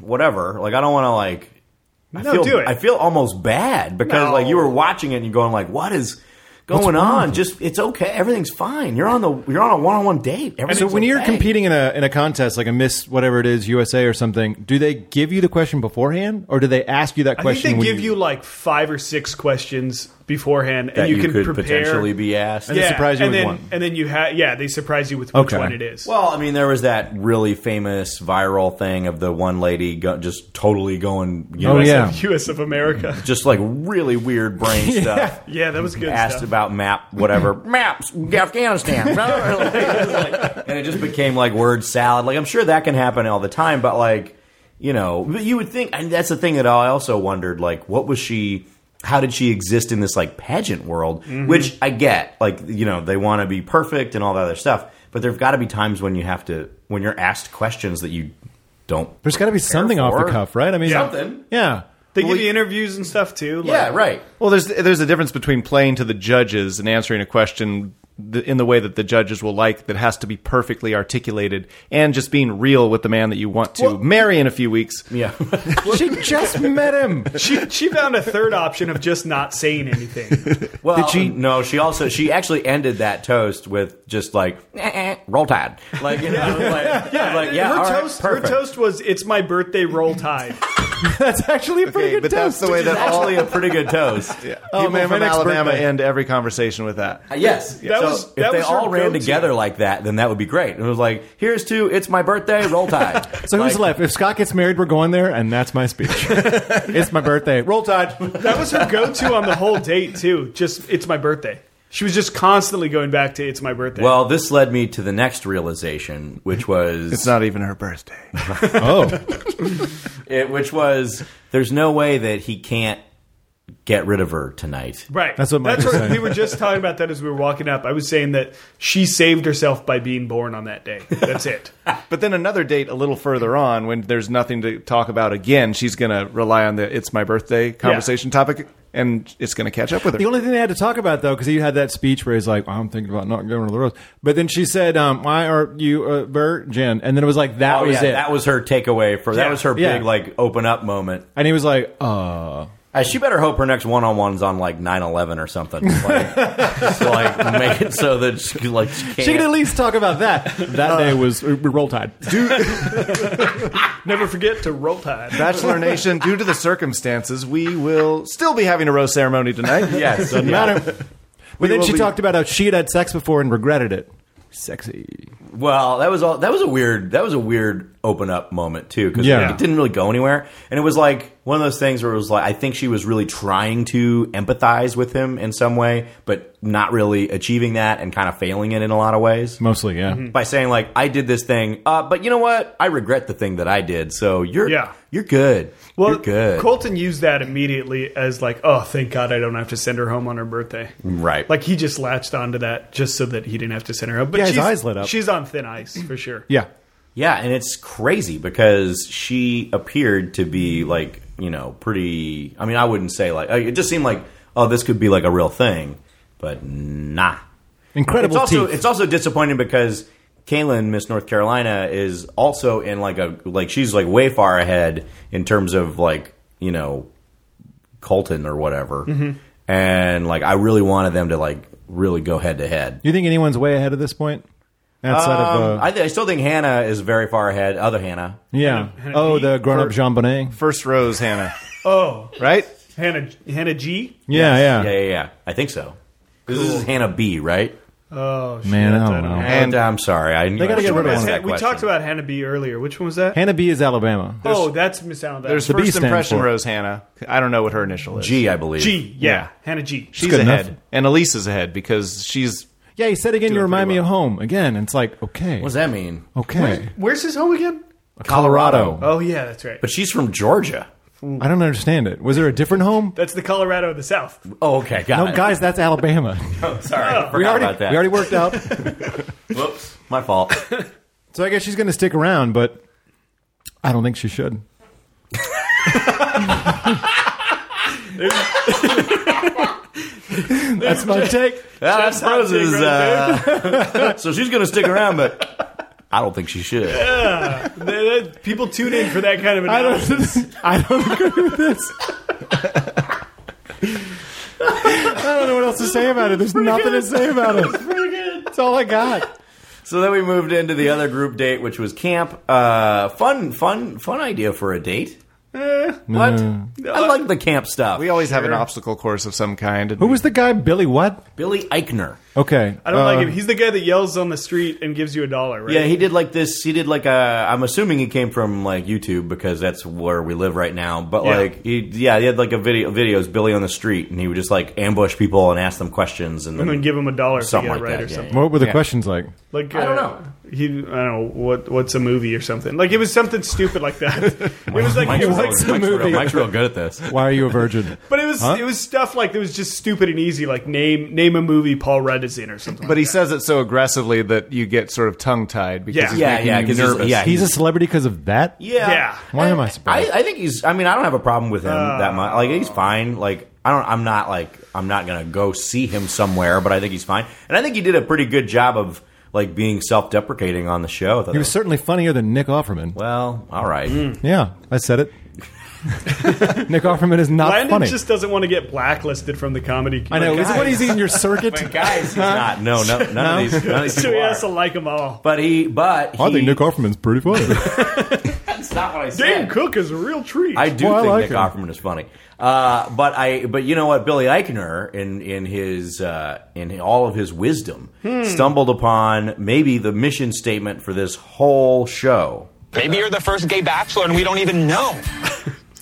Speaker 3: whatever. Like, I don't want to, like, I
Speaker 1: No,
Speaker 3: feel,
Speaker 1: do it.
Speaker 3: I feel almost bad because,
Speaker 1: No.
Speaker 3: like, you were watching it and you're going, like, what is going on? Just, it's okay. Everything's fine. You're on the, you're on a one on one date.
Speaker 2: So
Speaker 3: Everything's
Speaker 2: when you're
Speaker 3: okay.
Speaker 2: competing in a in a contest like a Miss whatever it is USA or something, do they give you the question beforehand, or do they ask you that
Speaker 1: I think
Speaker 2: question?
Speaker 1: they
Speaker 2: when
Speaker 1: give you like five or six questions beforehand,
Speaker 3: that
Speaker 1: and
Speaker 3: you,
Speaker 1: you, can
Speaker 3: could
Speaker 1: prepare.
Speaker 3: potentially be asked.
Speaker 2: they surprise you
Speaker 1: and
Speaker 2: with
Speaker 1: then,
Speaker 2: one.
Speaker 1: and then you have yeah, they surprise you with which
Speaker 2: Okay.
Speaker 1: one it is.
Speaker 3: Well, I mean, there was that really famous viral thing of the one lady go- just totally going, you know,
Speaker 2: Oh,
Speaker 1: US
Speaker 2: yeah.
Speaker 1: of, U.S. of America.
Speaker 3: just like really weird brain stuff.
Speaker 1: Yeah, that was good.
Speaker 3: Asked
Speaker 1: stuff.
Speaker 3: about map, whatever maps, Afghanistan, and it just became like word salad. Like I'm sure that can happen all the time, but like you know, but you would think, and that's the thing that I also wondered. Like, what was she? How did she exist in this like pageant world? Which I get, like you know, they want to be perfect and all that other stuff, but there've got to be times when you have to when you're asked questions that you don't.
Speaker 2: There's got to be something off the
Speaker 3: for-
Speaker 2: cuff, right? I mean,
Speaker 3: Something.
Speaker 2: Yeah.
Speaker 1: They give you interviews and stuff too. like-
Speaker 3: Yeah, right.
Speaker 6: Well, there's there's a difference between playing to the judges and answering a question th- in the way that the judges will like that has to be perfectly articulated and just being real with the man that you want to marry in a few weeks.
Speaker 3: Yeah.
Speaker 2: she just met him.
Speaker 1: She she found a third option of just not saying anything.
Speaker 3: Well,
Speaker 2: Did she-
Speaker 3: No, she also she actually ended that toast with just like "Eh, eh, roll tide, like you know, like, yeah, like yeah, all
Speaker 1: her
Speaker 3: right,
Speaker 1: toast her
Speaker 3: perfect.
Speaker 1: toast was it's my birthday roll tide.
Speaker 2: That's actually a pretty
Speaker 6: Okay,
Speaker 2: good
Speaker 6: but that's
Speaker 2: test. Oh,
Speaker 6: the way
Speaker 3: It's
Speaker 6: that all
Speaker 3: actually a pretty good toast.
Speaker 6: people
Speaker 2: man, my
Speaker 6: from
Speaker 2: next
Speaker 6: Alabama
Speaker 2: birthday.
Speaker 6: end every conversation with that.
Speaker 3: Uh, Yes,
Speaker 1: That
Speaker 3: so
Speaker 1: was-
Speaker 3: if
Speaker 1: that
Speaker 3: they
Speaker 1: was her
Speaker 3: all ran
Speaker 1: go-to.
Speaker 3: together like that, then that would be great. It was like, here's to it's my birthday, roll tide.
Speaker 2: So who's
Speaker 3: Like,
Speaker 2: left? If Scott gets married, we're going there, and that's my speech. it's my birthday. Roll Tide.
Speaker 1: That was her go to on the whole date too. Just it's my birthday. She was just constantly going back to it's my birthday.
Speaker 3: Well, this led me to the next realization, which was
Speaker 6: It's not even her birthday.
Speaker 2: Oh,
Speaker 3: it, which was there's no way that he can't get rid of her tonight.
Speaker 1: Right.
Speaker 2: That's what Mike was saying.
Speaker 1: we were just talking about that as we were walking up. I was saying that she saved herself by being born on that day. That's it.
Speaker 6: But then another date a little further on, when there's nothing to talk about again, she's going to rely on the "it's my birthday" conversation topic, and it's going to catch up with her.
Speaker 2: the only thing they had to talk about though, because he had that speech where he's like, "I'm thinking about not going to the rose," but then she said, um, "Why are you uh, virgin?" And then it was like that
Speaker 3: Oh,
Speaker 2: was
Speaker 3: yeah,
Speaker 2: it.
Speaker 3: That was her takeaway for that was her
Speaker 2: Yeah.
Speaker 3: big like open up moment.
Speaker 2: and he was like, "Uh."
Speaker 3: Uh, she better hope her next one on one's on like 9 11 or something. Like, just, like, make it so that she, like, she can't.
Speaker 2: She can at least talk about that. That day was uh, roll tide.
Speaker 1: Never forget to roll tide.
Speaker 6: Bachelor Nation, due to the circumstances, we will still be having a rose ceremony tonight.
Speaker 3: Yes.
Speaker 2: Doesn't
Speaker 3: yeah.
Speaker 2: matter. But then
Speaker 6: will
Speaker 2: she
Speaker 6: be-
Speaker 2: talked about how she had had sex before and regretted it. Sexy.
Speaker 3: Well, that was all. That was a weird. That was a weird open up moment too, because
Speaker 2: Yeah.
Speaker 3: it didn't really go anywhere. And it was like one of those things where it was like I think she was really trying to empathize with him in some way, but not really achieving that, and kind of failing it in a lot of ways.
Speaker 2: Mostly, yeah.
Speaker 6: Mm-hmm.
Speaker 3: by saying like I did this thing, uh, but you know what? I regret the thing that I did. So you're
Speaker 1: Yeah.
Speaker 3: you're good.
Speaker 1: Well,
Speaker 3: you're good.
Speaker 1: Colton used that immediately as like, oh, thank God I don't have to send her home on her birthday.
Speaker 2: Mm.
Speaker 3: Right.
Speaker 1: Like he just latched onto that just so that he didn't have to send her home. But
Speaker 2: Yeah, his
Speaker 1: she's-
Speaker 2: eyes lit up.
Speaker 1: She's on thin ice for sure.
Speaker 2: Yeah.
Speaker 3: yeah, and it's crazy because she appeared to be like you know pretty. I mean, I wouldn't say like uh, it just seemed like oh this could be like a real thing, but nah.
Speaker 2: Incredible
Speaker 3: It's also
Speaker 2: teeth.
Speaker 3: it's also disappointing because Kaylin, Miss North Carolina, is also in like a like she's like way far ahead in terms of like you know Colton or whatever,
Speaker 2: Mm-hmm.
Speaker 3: and like I really wanted them to like really go head to head.
Speaker 2: you think anyone's way ahead at this point? Outside of. Uh,
Speaker 3: Um, I, th- I still think Hannah is very far ahead. Other Hannah,
Speaker 2: yeah. Oh, the grown up Jean Bonnet.
Speaker 6: First rose, Hannah.
Speaker 1: Oh,
Speaker 6: Right?
Speaker 1: Hannah Hannah G.
Speaker 2: Yeah,
Speaker 3: yeah,
Speaker 2: yeah.
Speaker 3: yeah, yeah, I think so. This is Hannah B, right?
Speaker 1: Oh, shit,
Speaker 2: Man, I don't know.
Speaker 3: And I'm sorry, I
Speaker 2: They gotta get rid of
Speaker 3: asked
Speaker 2: one.
Speaker 3: that
Speaker 1: we
Speaker 3: question.
Speaker 1: talked about Hannah B earlier. Which one was that?
Speaker 2: Hannah B is Alabama.
Speaker 1: oh, that's Miss Alabama.
Speaker 6: There's
Speaker 2: The B
Speaker 6: first
Speaker 2: stands
Speaker 6: impression
Speaker 2: for-
Speaker 6: rose, Hannah. I don't know what her initial is.
Speaker 3: G, I believe.
Speaker 1: G. Yeah,
Speaker 6: Yeah.
Speaker 1: Hannah G.
Speaker 6: She's
Speaker 2: good
Speaker 6: ahead.
Speaker 2: enough.
Speaker 6: And Elise is ahead because she's
Speaker 2: yeah, he said again, you
Speaker 6: Doing
Speaker 2: remind
Speaker 6: pretty
Speaker 2: me
Speaker 6: well.
Speaker 2: of home again. And it's like, okay.
Speaker 3: What does that mean?
Speaker 2: Okay.
Speaker 1: Where's his home again?
Speaker 3: Oh, Colorado.
Speaker 1: Oh yeah, that's right.
Speaker 3: But she's from Georgia.
Speaker 2: I don't understand it. Was there a different home?
Speaker 1: That's the Colorado of the South.
Speaker 3: Oh, okay. Got
Speaker 2: No,
Speaker 3: it.
Speaker 2: guys, that's Alabama.
Speaker 3: Sorry. I forgot
Speaker 2: we already
Speaker 3: about that.
Speaker 2: we already worked out.
Speaker 3: Whoops. My fault.
Speaker 2: so I guess she's going to stick around, but I don't think she should. that's my take.
Speaker 3: Yeah, that's Rose's.
Speaker 1: right
Speaker 3: Uh, so she's going to stick around, but I don't think she should.
Speaker 1: They- they- People tune in for that kind of
Speaker 2: I
Speaker 1: analysis.
Speaker 2: don't. I don't agree with this. I don't know what else to say about it. There's nothing to say about it. That's all I got.
Speaker 3: So then we moved into the other group date, which was camp. Uh, fun, fun, fun idea for a date. what? I like the camp stuff.
Speaker 6: We always have an obstacle course of some kind. and-
Speaker 2: Who was the guy? Billy what?
Speaker 3: Billy Eichner.
Speaker 2: Okay.
Speaker 1: I don't
Speaker 2: uh,
Speaker 1: like him. He's the guy that yells on the street and gives you a dollar, right?
Speaker 3: Yeah, he did like this. He did like a. I'm assuming he came from like YouTube because that's where we live right now. But
Speaker 1: Yeah.
Speaker 3: like, he, yeah, he had like a video videos Billy on the street, and he would just like ambush people and ask them questions, and
Speaker 1: and
Speaker 3: then
Speaker 1: then give him a dollar if he
Speaker 3: Something
Speaker 1: got it right
Speaker 3: like that,
Speaker 1: or
Speaker 3: yeah,
Speaker 1: something.
Speaker 2: What were the questions like?
Speaker 1: Like
Speaker 3: I don't
Speaker 1: uh,
Speaker 3: know.
Speaker 1: He I don't know what what's a movie or something. Like it was something stupid like that. it was like
Speaker 3: Mike's,
Speaker 1: it
Speaker 3: real,
Speaker 1: was like
Speaker 3: Mike's,
Speaker 1: some
Speaker 3: real-
Speaker 1: movie.
Speaker 3: Mike's real good at this.
Speaker 2: Why are you a virgin?
Speaker 1: But it was it was stuff like that was just stupid and easy. Like name name a movie Paul Rudd is in or something.
Speaker 6: But he says it so aggressively that you get sort of tongue tied because
Speaker 1: Yeah.
Speaker 6: he's
Speaker 3: Yeah,
Speaker 6: making
Speaker 3: yeah,
Speaker 6: you
Speaker 3: 'cause he's-
Speaker 6: nervous.
Speaker 3: yeah,
Speaker 2: He's a celebrity because of that.
Speaker 3: Yeah.
Speaker 1: Yeah.
Speaker 2: Why am I
Speaker 3: I,
Speaker 2: surprised?
Speaker 3: I think he's. I mean, I don't have a problem with him
Speaker 1: Uh.
Speaker 3: that much. Like he's fine. Like I don't. I'm not like I'm not gonna go see him somewhere, but I think he's fine. And I think he did a pretty good job of like being self deprecating on the show. I thought
Speaker 2: he
Speaker 3: that
Speaker 2: was certainly funnier than Nick Offerman.
Speaker 3: well, all right.
Speaker 1: Mm.
Speaker 2: Yeah, I said it. Nick Offerman is not
Speaker 1: Landon
Speaker 2: funny.
Speaker 1: just doesn't want to get blacklisted from the comedy.
Speaker 2: I know.
Speaker 1: community.
Speaker 2: Is it what he's eating your circuit?
Speaker 3: Guys, he's not. No, no, none of these. None of these
Speaker 1: So
Speaker 3: people
Speaker 1: he
Speaker 3: are.
Speaker 1: has to like them all.
Speaker 3: But he. But he,
Speaker 2: I think Nick Offerman's pretty funny.
Speaker 3: That's not what I said.
Speaker 1: Dan Cook is a real treat.
Speaker 3: I do
Speaker 2: Well, I
Speaker 3: think
Speaker 2: like
Speaker 3: Nick
Speaker 2: him.
Speaker 3: Offerman is funny, uh, but I but you know what? Billy Eichner in in his uh, in all of his wisdom
Speaker 1: Hmm.
Speaker 3: stumbled upon maybe the mission statement for this whole show.
Speaker 4: Maybe you're the first gay bachelor and we don't even know.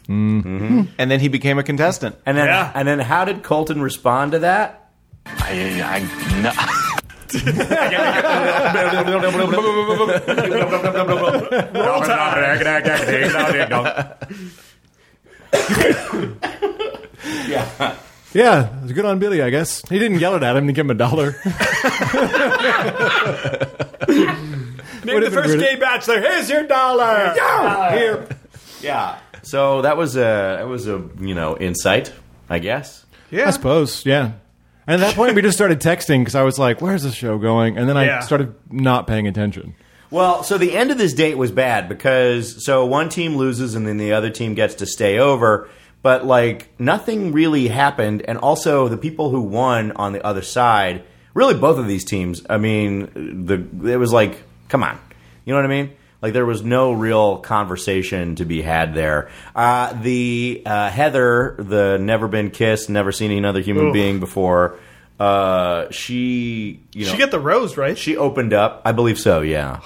Speaker 6: And then he became a contestant.
Speaker 3: And then
Speaker 1: Yeah.
Speaker 3: and then how did Colton respond to that?
Speaker 11: I, I, no.
Speaker 2: yeah, it was good on Billy, I guess. He didn't yell it at him to give him a dollar.
Speaker 1: Name the
Speaker 2: would've been
Speaker 1: first
Speaker 2: great.
Speaker 1: gay bachelor. Here's your dollar.
Speaker 2: Here.
Speaker 3: Yeah. So that was a that was a you know insight, I guess.
Speaker 2: I suppose, yeah. And at that point, we just started texting because I was like, where's the show going? And then I
Speaker 1: Yeah.
Speaker 2: started not paying attention.
Speaker 3: Well, so the end of this date was bad because so one team loses and then the other team gets to stay over, but like nothing really happened and also the people who won on the other side, really both of these teams, I mean, the it was like come on. You know what I mean? Like there was no real conversation to be had there. Uh, the uh, Heather, the never been kissed, never seen another human
Speaker 1: Oof.
Speaker 3: being before, uh, she you know
Speaker 1: She got the rose, right?
Speaker 3: she opened up. I believe so. Yeah.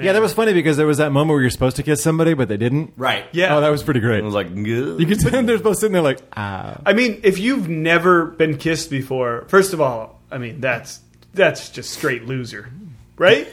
Speaker 2: Yeah, that was funny because there was that moment where you're supposed to kiss somebody, but they didn't.
Speaker 3: Right.
Speaker 1: Yeah.
Speaker 2: Oh, that was pretty great.
Speaker 3: It was like, Ah.
Speaker 2: you could tell they're both sitting there like,
Speaker 1: I mean, if you've never been kissed before, first of all, I mean that's that's just straight loser, right?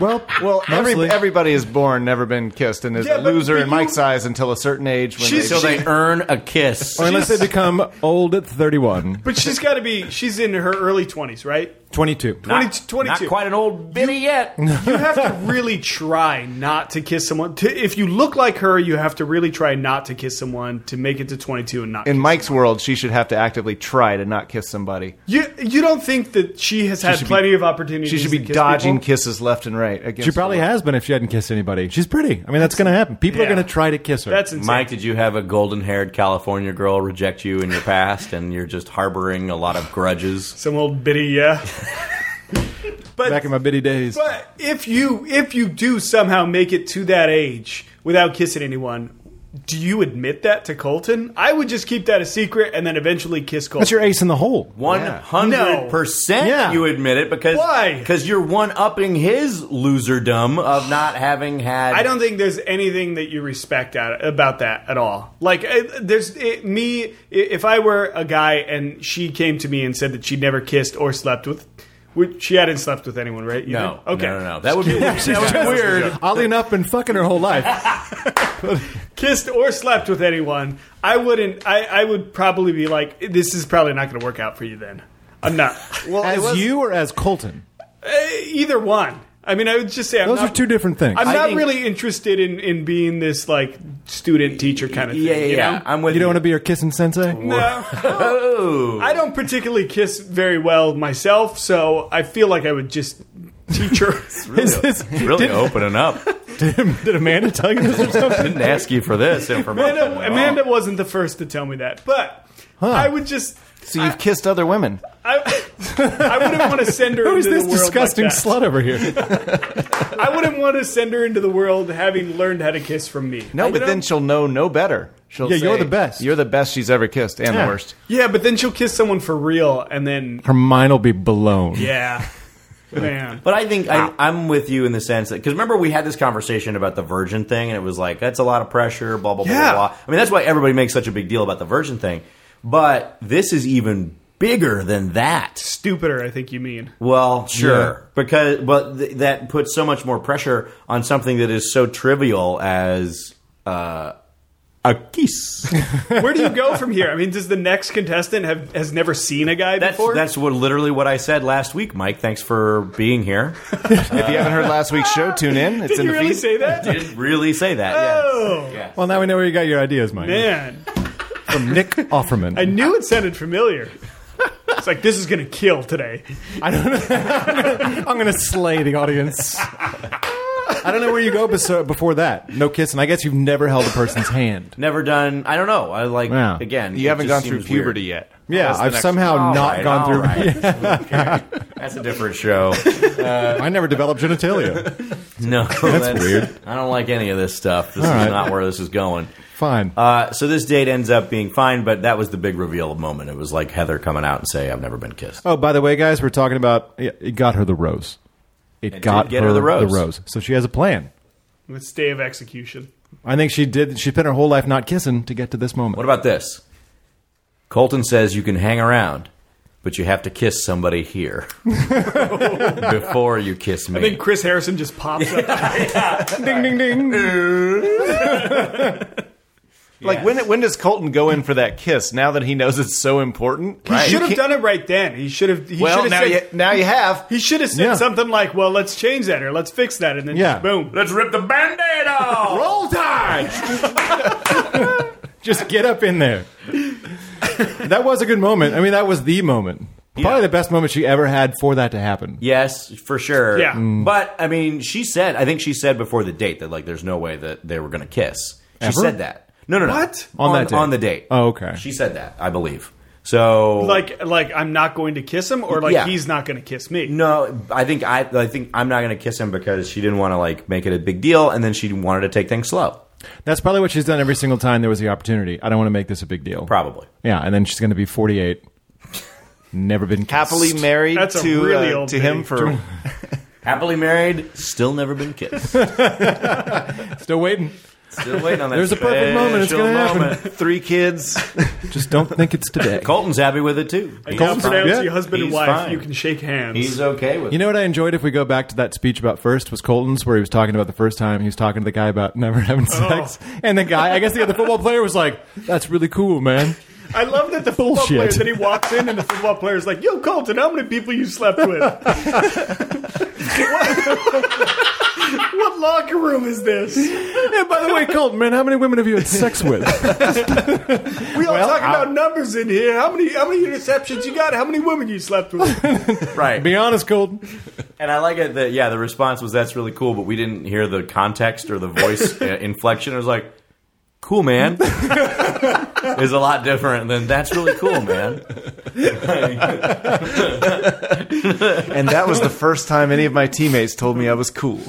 Speaker 2: well, well,
Speaker 6: Every,
Speaker 2: mostly.
Speaker 6: everybody is born, never been kissed, and is
Speaker 1: Yeah,
Speaker 6: a
Speaker 1: but-
Speaker 6: loser
Speaker 1: but
Speaker 6: in Mike's
Speaker 1: you-
Speaker 6: eyes until a certain age when
Speaker 1: She's-
Speaker 6: they
Speaker 3: until they earn a kiss.
Speaker 2: or unless they become old at 31.
Speaker 1: But she's got to be. She's in her early twenties, right?
Speaker 2: 22.
Speaker 1: 20, 22.
Speaker 3: Not quite an old biddy yet.
Speaker 1: you have to really try not to kiss someone. To, if you look like her, you have to really try not to kiss someone to make it to 22 and not.
Speaker 6: in
Speaker 1: kiss.
Speaker 6: Mike's world, she should have to actively try to not kiss somebody.
Speaker 1: you you don't think that she has had
Speaker 6: should be-
Speaker 1: plenty of opportunities?
Speaker 6: She should be
Speaker 1: to kiss
Speaker 6: dodging
Speaker 1: people?
Speaker 6: kisses left and right. Against
Speaker 2: She probably
Speaker 6: her.
Speaker 2: has been if she hadn't kissed anybody. She's pretty. I mean, that's going to happen. People
Speaker 1: Yeah.
Speaker 2: are going to try to kiss her.
Speaker 1: That's insane.
Speaker 3: Mike, did you have a golden-haired California girl reject you in your past, and you're just harboring a lot of grudges?
Speaker 1: Some old biddy, yeah. but
Speaker 2: back in my bitty days.
Speaker 1: But if you if you do somehow make it to that age without kissing anyone, do you admit that to Colton? I would just keep that a secret and then eventually kiss Colton.
Speaker 2: That's your ace in the hole.
Speaker 3: One hundred
Speaker 2: Yeah.
Speaker 3: percent, you admit it because
Speaker 1: Why?
Speaker 3: Because you're one-upping his loserdom of not having had.
Speaker 1: I don't think there's anything that you respect at, about that at all. Like, eh, there's it, me. i- If I were a guy and she came to me and said that she'd never kissed or slept with Which she hadn't slept with anyone, right? You
Speaker 3: No.
Speaker 1: did? Okay.
Speaker 3: No, no, no. That would be weird.
Speaker 1: That would be weird.
Speaker 2: Oddly enough, been fucking her whole life.
Speaker 1: Kissed or slept with anyone. I wouldn't. I, I would probably be like, this is probably not going to work out for you. Then I'm not. Well,
Speaker 2: as you or as Colton?
Speaker 1: either one. I mean, I would just say I'm
Speaker 2: Those
Speaker 1: not-
Speaker 2: are two different things.
Speaker 1: I'm not
Speaker 3: think-
Speaker 1: really interested in, in being this like student teacher kind of thing.
Speaker 3: Yeah, yeah,
Speaker 1: you
Speaker 3: yeah.
Speaker 1: know? Uh,
Speaker 3: I'm with Oh.
Speaker 2: you don't want to be her kissing sensei?
Speaker 1: I don't particularly kiss very well myself, so I feel like I would just teach her.
Speaker 2: Is this-
Speaker 3: really opening up.
Speaker 2: did, did Amanda tell you this or something?
Speaker 3: Didn't ask you for this information.
Speaker 1: Amanda, Amanda wasn't the first to tell me that, but I would just.
Speaker 6: So you've kissed other women.
Speaker 1: I, I wouldn't want to send her
Speaker 2: Who is
Speaker 1: into
Speaker 2: this
Speaker 1: the world
Speaker 2: disgusting
Speaker 1: like that.
Speaker 2: slut over here?
Speaker 1: I wouldn't want to send her into the world having learned how to kiss from me.
Speaker 6: No,
Speaker 1: You
Speaker 6: but
Speaker 1: know?
Speaker 6: then she'll know no better. She'll
Speaker 2: Yeah, you're
Speaker 6: say,
Speaker 2: the best.
Speaker 6: You're the best she's ever kissed, and
Speaker 2: Yeah.
Speaker 6: the worst.
Speaker 1: yeah, but then she'll kiss someone for real, and then
Speaker 2: Her mind will be blown.
Speaker 1: yeah, man.
Speaker 3: But I think I, I'm with you in the sense that because remember we had this conversation about the virgin thing, and it was like that's a lot of pressure, blah blah blah
Speaker 1: Yeah.
Speaker 3: blah blah. I mean that's why everybody makes such a big deal about the virgin thing, but this is even bigger than that.
Speaker 1: Stupider, I think you mean.
Speaker 3: Well, sure, because but th- that puts so much more pressure on something that is so trivial as uh, a kiss.
Speaker 1: Where do you go from here? I mean, does the next contestant have has never seen a guy
Speaker 3: That's
Speaker 1: before?
Speaker 3: that's what literally what I said last week, Mike. Thanks for being here.
Speaker 6: If you haven't heard last week's show, tune in. It's
Speaker 1: Did
Speaker 6: in
Speaker 1: you
Speaker 6: the
Speaker 1: really
Speaker 6: feed.
Speaker 1: say that?
Speaker 3: Did really say that? Yeah.
Speaker 1: Oh
Speaker 2: Well, now we know where you got your ideas, Mike.
Speaker 1: man,
Speaker 2: From Nick Offerman.
Speaker 1: I knew it sounded familiar. It's like this is gonna kill today.
Speaker 2: I don't know. I'm going to slay the audience. I don't know where you go beso- before that. No kissing. I guess you've never held a person's hand.
Speaker 3: Never done. I don't know. I like
Speaker 2: Yeah.
Speaker 3: again.
Speaker 6: You
Speaker 3: it
Speaker 6: haven't
Speaker 3: just
Speaker 6: gone through
Speaker 3: seems weird.
Speaker 6: puberty yet.
Speaker 2: Yeah,
Speaker 6: That's the
Speaker 2: I've
Speaker 6: next-
Speaker 2: somehow
Speaker 3: All
Speaker 2: not
Speaker 3: right,
Speaker 2: gone
Speaker 3: all
Speaker 2: through.
Speaker 3: right. Okay. That's a different show.
Speaker 2: I never developed genitalia.
Speaker 3: No, that's,
Speaker 2: weird.
Speaker 3: I don't like any of this stuff. This
Speaker 2: All
Speaker 3: is
Speaker 2: right.
Speaker 3: not where this is going.
Speaker 2: Fine.
Speaker 3: Uh, so this date ends up being fine, but that was the big reveal moment. It was like Heather coming out and say, "I've never been kissed."
Speaker 2: Oh, by the way, guys, we're talking about it it got her the rose. It,
Speaker 3: did
Speaker 2: got
Speaker 3: get
Speaker 2: her,
Speaker 3: her the rose.
Speaker 2: So she has a plan.
Speaker 1: It's day of execution.
Speaker 2: I think she did. She spent her whole life not kissing to get to this moment.
Speaker 3: What about this? Colton says you can hang around, but you have to kiss somebody here before you kiss me.
Speaker 1: I think Chris Harrison just pops up.
Speaker 2: ding ding ding?
Speaker 6: Like when when does Colton go in for that kiss? Now that he knows it's so important,
Speaker 1: He should have done it right then. He should have. He
Speaker 6: Well,
Speaker 1: should
Speaker 6: now
Speaker 1: have
Speaker 6: you,
Speaker 1: said,
Speaker 6: now you have.
Speaker 1: He should have said
Speaker 2: Yeah.
Speaker 1: something like, "Well, let's change that, or let's fix that," and then
Speaker 2: Yeah.
Speaker 1: just boom.
Speaker 3: Let's rip the band-aid off.
Speaker 2: Roll tide. Just get up in there. that was a good moment. I mean, that was the moment. Probably the best moment she ever had for that to happen.
Speaker 3: Yes, for sure.
Speaker 1: Yeah. Mm.
Speaker 3: But I mean, she said. I think she said before the date that like there's no way that they were going to kiss. She
Speaker 2: Ever?
Speaker 3: said that. No, no, no.
Speaker 1: What?
Speaker 2: On that date?
Speaker 3: On the date.
Speaker 2: Oh, okay.
Speaker 3: She said that. I believe. So
Speaker 1: Like, like I'm not going to kiss him, or like
Speaker 3: Yeah.
Speaker 1: he's not going to kiss me.
Speaker 3: No, I think I I think I'm not going to kiss him because she didn't want to like make it a big deal, and then she wanted to take things slow.
Speaker 2: That's probably what she's done every single time there was the opportunity. I don't want to make this a big deal.
Speaker 3: Probably.
Speaker 2: Yeah, and then she's going to be 48. Never been kissed.
Speaker 6: Happily married
Speaker 1: That's a
Speaker 6: to
Speaker 1: really
Speaker 6: uh,
Speaker 1: old
Speaker 6: to him
Speaker 1: date.
Speaker 6: for
Speaker 3: Happily married, still never been kissed.
Speaker 2: Still waiting.
Speaker 3: Still waiting on that.
Speaker 2: There's a perfect moment. It's
Speaker 3: special
Speaker 2: going to happen.
Speaker 3: moment.
Speaker 6: three kids.
Speaker 2: Just don't think it's today.
Speaker 3: Colton's happy with it too.
Speaker 1: I
Speaker 3: He's
Speaker 1: now
Speaker 2: Colton's-
Speaker 1: pronounce
Speaker 2: yeah.
Speaker 1: you husband and
Speaker 3: He's
Speaker 1: wife.
Speaker 3: fine.
Speaker 1: You can shake hands.
Speaker 3: He's okay with.
Speaker 2: You know what I enjoyed if we go back to that speech about first was Colton's, where he was talking about the first time he was talking to the guy about never having sex, and the guy, I guess the other football player was like, "That's really cool, man."
Speaker 1: I love that the football
Speaker 2: Bullshit.
Speaker 1: player that he walks in and the football player is like, "Yo, Colton, how many people you slept with? what, what locker room is this?
Speaker 2: And by the way, Colton, man, how many women have you had sex with?
Speaker 1: We all
Speaker 2: Well,
Speaker 1: talk
Speaker 2: I-
Speaker 1: about numbers in here. How many how many interceptions you got? How many women you slept with?
Speaker 3: it. right.
Speaker 2: Be honest, Colton.
Speaker 3: And I like it that yeah, the response was that's really cool, but we didn't hear the context or the voice uh, inflection. It was like, "Cool, man," is a lot different than "That's really cool, man."
Speaker 6: and that was the first time any of my teammates told me I was cool.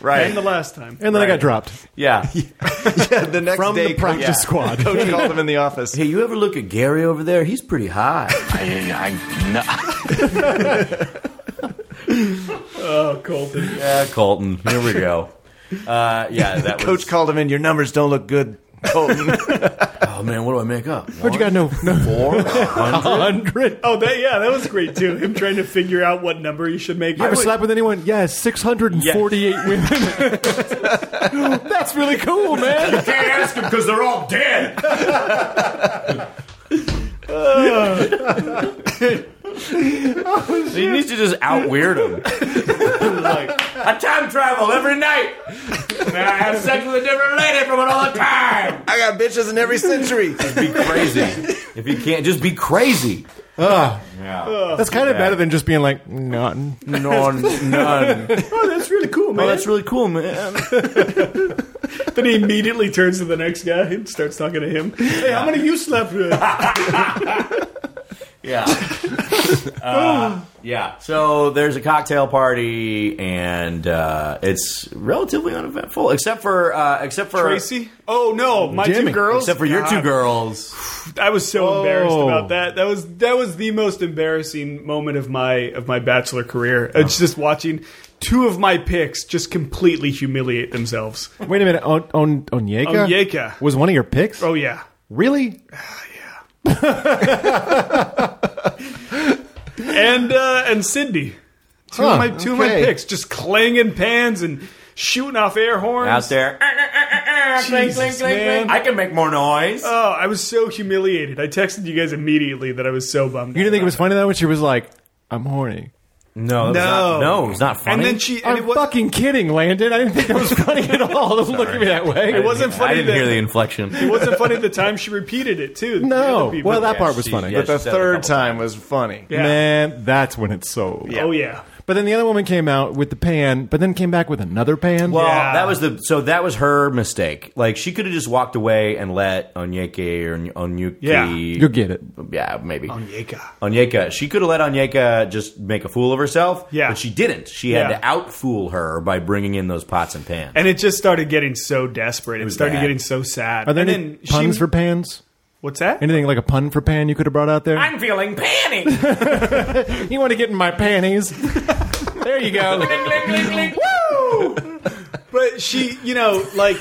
Speaker 1: And the last time.
Speaker 2: And then I got dropped
Speaker 3: Yeah.
Speaker 6: yeah, the next
Speaker 2: from
Speaker 6: day,
Speaker 2: the practice squad.
Speaker 6: coach, coach called him in the office.
Speaker 3: Hey, you ever look at Gary over there? He's pretty high.
Speaker 11: I, I, no.
Speaker 1: Oh, Colton.
Speaker 3: yeah, Colton. Here we go. Uh, yeah, that
Speaker 6: coach
Speaker 3: was
Speaker 6: called him in. Your numbers don't look good.
Speaker 3: oh man, what do I make up?
Speaker 2: But you got no, no
Speaker 3: Four hundred.
Speaker 2: hundred.
Speaker 1: Oh, that yeah, that was great too. Him trying to figure out what number he should make.
Speaker 2: You ever slept with anyone? Yes, six hundred and forty-eight women. That's really cool, man.
Speaker 11: Can't ask them because they're all dead.
Speaker 3: He needs to just out weird him. like, I time travel every night. And I have sex with a different lady from another time.
Speaker 9: I got bitches in every century.
Speaker 3: Be crazy. If you can't, just be crazy.
Speaker 2: Ugh.
Speaker 3: Yeah.
Speaker 2: that's kind of better than just being like none.
Speaker 3: None. None.
Speaker 1: Oh, that's really cool, man.
Speaker 3: Oh, that's really cool, man.
Speaker 1: Then he immediately turns to the next guy and starts talking to him. Hey, how many you slept with?
Speaker 3: Yeah. Uh, yeah. So there's a cocktail party, and uh, it's relatively uneventful, except for uh, except for
Speaker 1: Tracy? Oh no, my
Speaker 2: Jimmy.
Speaker 1: two girls.
Speaker 3: Except for your two
Speaker 1: God,
Speaker 3: girls.
Speaker 1: I was so embarrassed
Speaker 2: Oh.
Speaker 1: about that. That was that was the most embarrassing moment of my of my bachelor career. It's just watching two of my picks just completely humiliate themselves.
Speaker 2: Wait a minute, on on Onyeka?
Speaker 1: Onyeka.
Speaker 2: was one of your picks.
Speaker 1: Oh yeah.
Speaker 2: Really?
Speaker 1: and uh, and Sydney. Two of
Speaker 2: Huh,
Speaker 1: my two of my
Speaker 2: okay.
Speaker 1: picks, just clanging pans and shooting off air horns
Speaker 3: Out there,
Speaker 1: Jesus, man.
Speaker 3: I can make more noise.
Speaker 1: Oh, I was so humiliated. I texted you guys immediately that I was so bummed.
Speaker 2: You didn't think it was funny though when she was like, "I'm horny."
Speaker 3: no, that was not- no, it's not funny.
Speaker 1: And then she, and
Speaker 2: I'm
Speaker 1: it, was,
Speaker 2: fucking kidding, Landon. I didn't think that was funny at all. Don't look at me that way.
Speaker 1: it wasn't funny.
Speaker 3: I didn't
Speaker 1: that,
Speaker 3: hear the inflection.
Speaker 1: It wasn't funny the time she repeated it too. The
Speaker 2: No.
Speaker 1: other people.
Speaker 2: Well, that part was
Speaker 3: she-
Speaker 2: funny.
Speaker 3: yeah,
Speaker 2: But
Speaker 3: she
Speaker 6: The
Speaker 3: said it a
Speaker 6: third
Speaker 3: couple
Speaker 6: time was funny.
Speaker 1: Yeah.
Speaker 2: man, that's when it's sold.
Speaker 1: Oh yeah.
Speaker 2: But then the other woman came out with the pan, but then came back with another pan.
Speaker 3: Well,
Speaker 1: Yeah.
Speaker 3: that was the so that was her mistake. Like she could have just walked away and let Onyeke or Ny- Onyuki.
Speaker 1: Yeah.
Speaker 2: you'll get it.
Speaker 3: yeah, maybe
Speaker 1: Onyeka.
Speaker 3: Onyeka. She could have let Onyeka just make a fool of herself.
Speaker 1: Yeah.
Speaker 3: but she didn't. She had
Speaker 1: Yeah.
Speaker 3: to out fool her by bringing in those pots and pans.
Speaker 1: And it just started getting so desperate. It,
Speaker 3: was
Speaker 1: started
Speaker 3: bad.
Speaker 1: getting so sad.
Speaker 2: Are there
Speaker 1: and
Speaker 2: any
Speaker 1: then
Speaker 2: puns
Speaker 1: she,
Speaker 2: for pans?
Speaker 1: what's that?
Speaker 2: Anything like a pun for pan you could have brought out there?
Speaker 3: I'm feeling panic.
Speaker 2: you want to get in my panties? there you go.
Speaker 1: But she, you know, like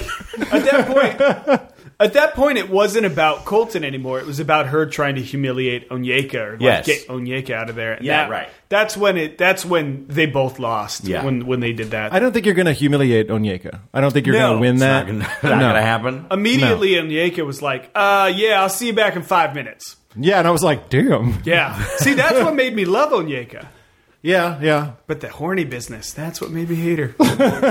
Speaker 1: at that point, at that point, it wasn't about Colton anymore. It was about her trying to humiliate Onyeka or like,
Speaker 3: Yes.
Speaker 1: get Onyeka out of there. And
Speaker 3: Yeah,
Speaker 1: that-
Speaker 3: right.
Speaker 1: That's when it. That's when they both lost.
Speaker 3: Yeah.
Speaker 1: When when they did that.
Speaker 2: I don't think you're going to humiliate Onyeka. I don't think you're
Speaker 1: No,
Speaker 2: going to win
Speaker 1: it's
Speaker 2: that.
Speaker 3: not gonna happen.
Speaker 1: Immediately, Onyeka was like, "Uh, yeah, I'll see you back in five minutes."
Speaker 2: Yeah, and I was like, damn.
Speaker 1: Yeah. see, that's what made me love Onyeka.
Speaker 2: Yeah, yeah.
Speaker 1: But the horny business, that's what made me hate her.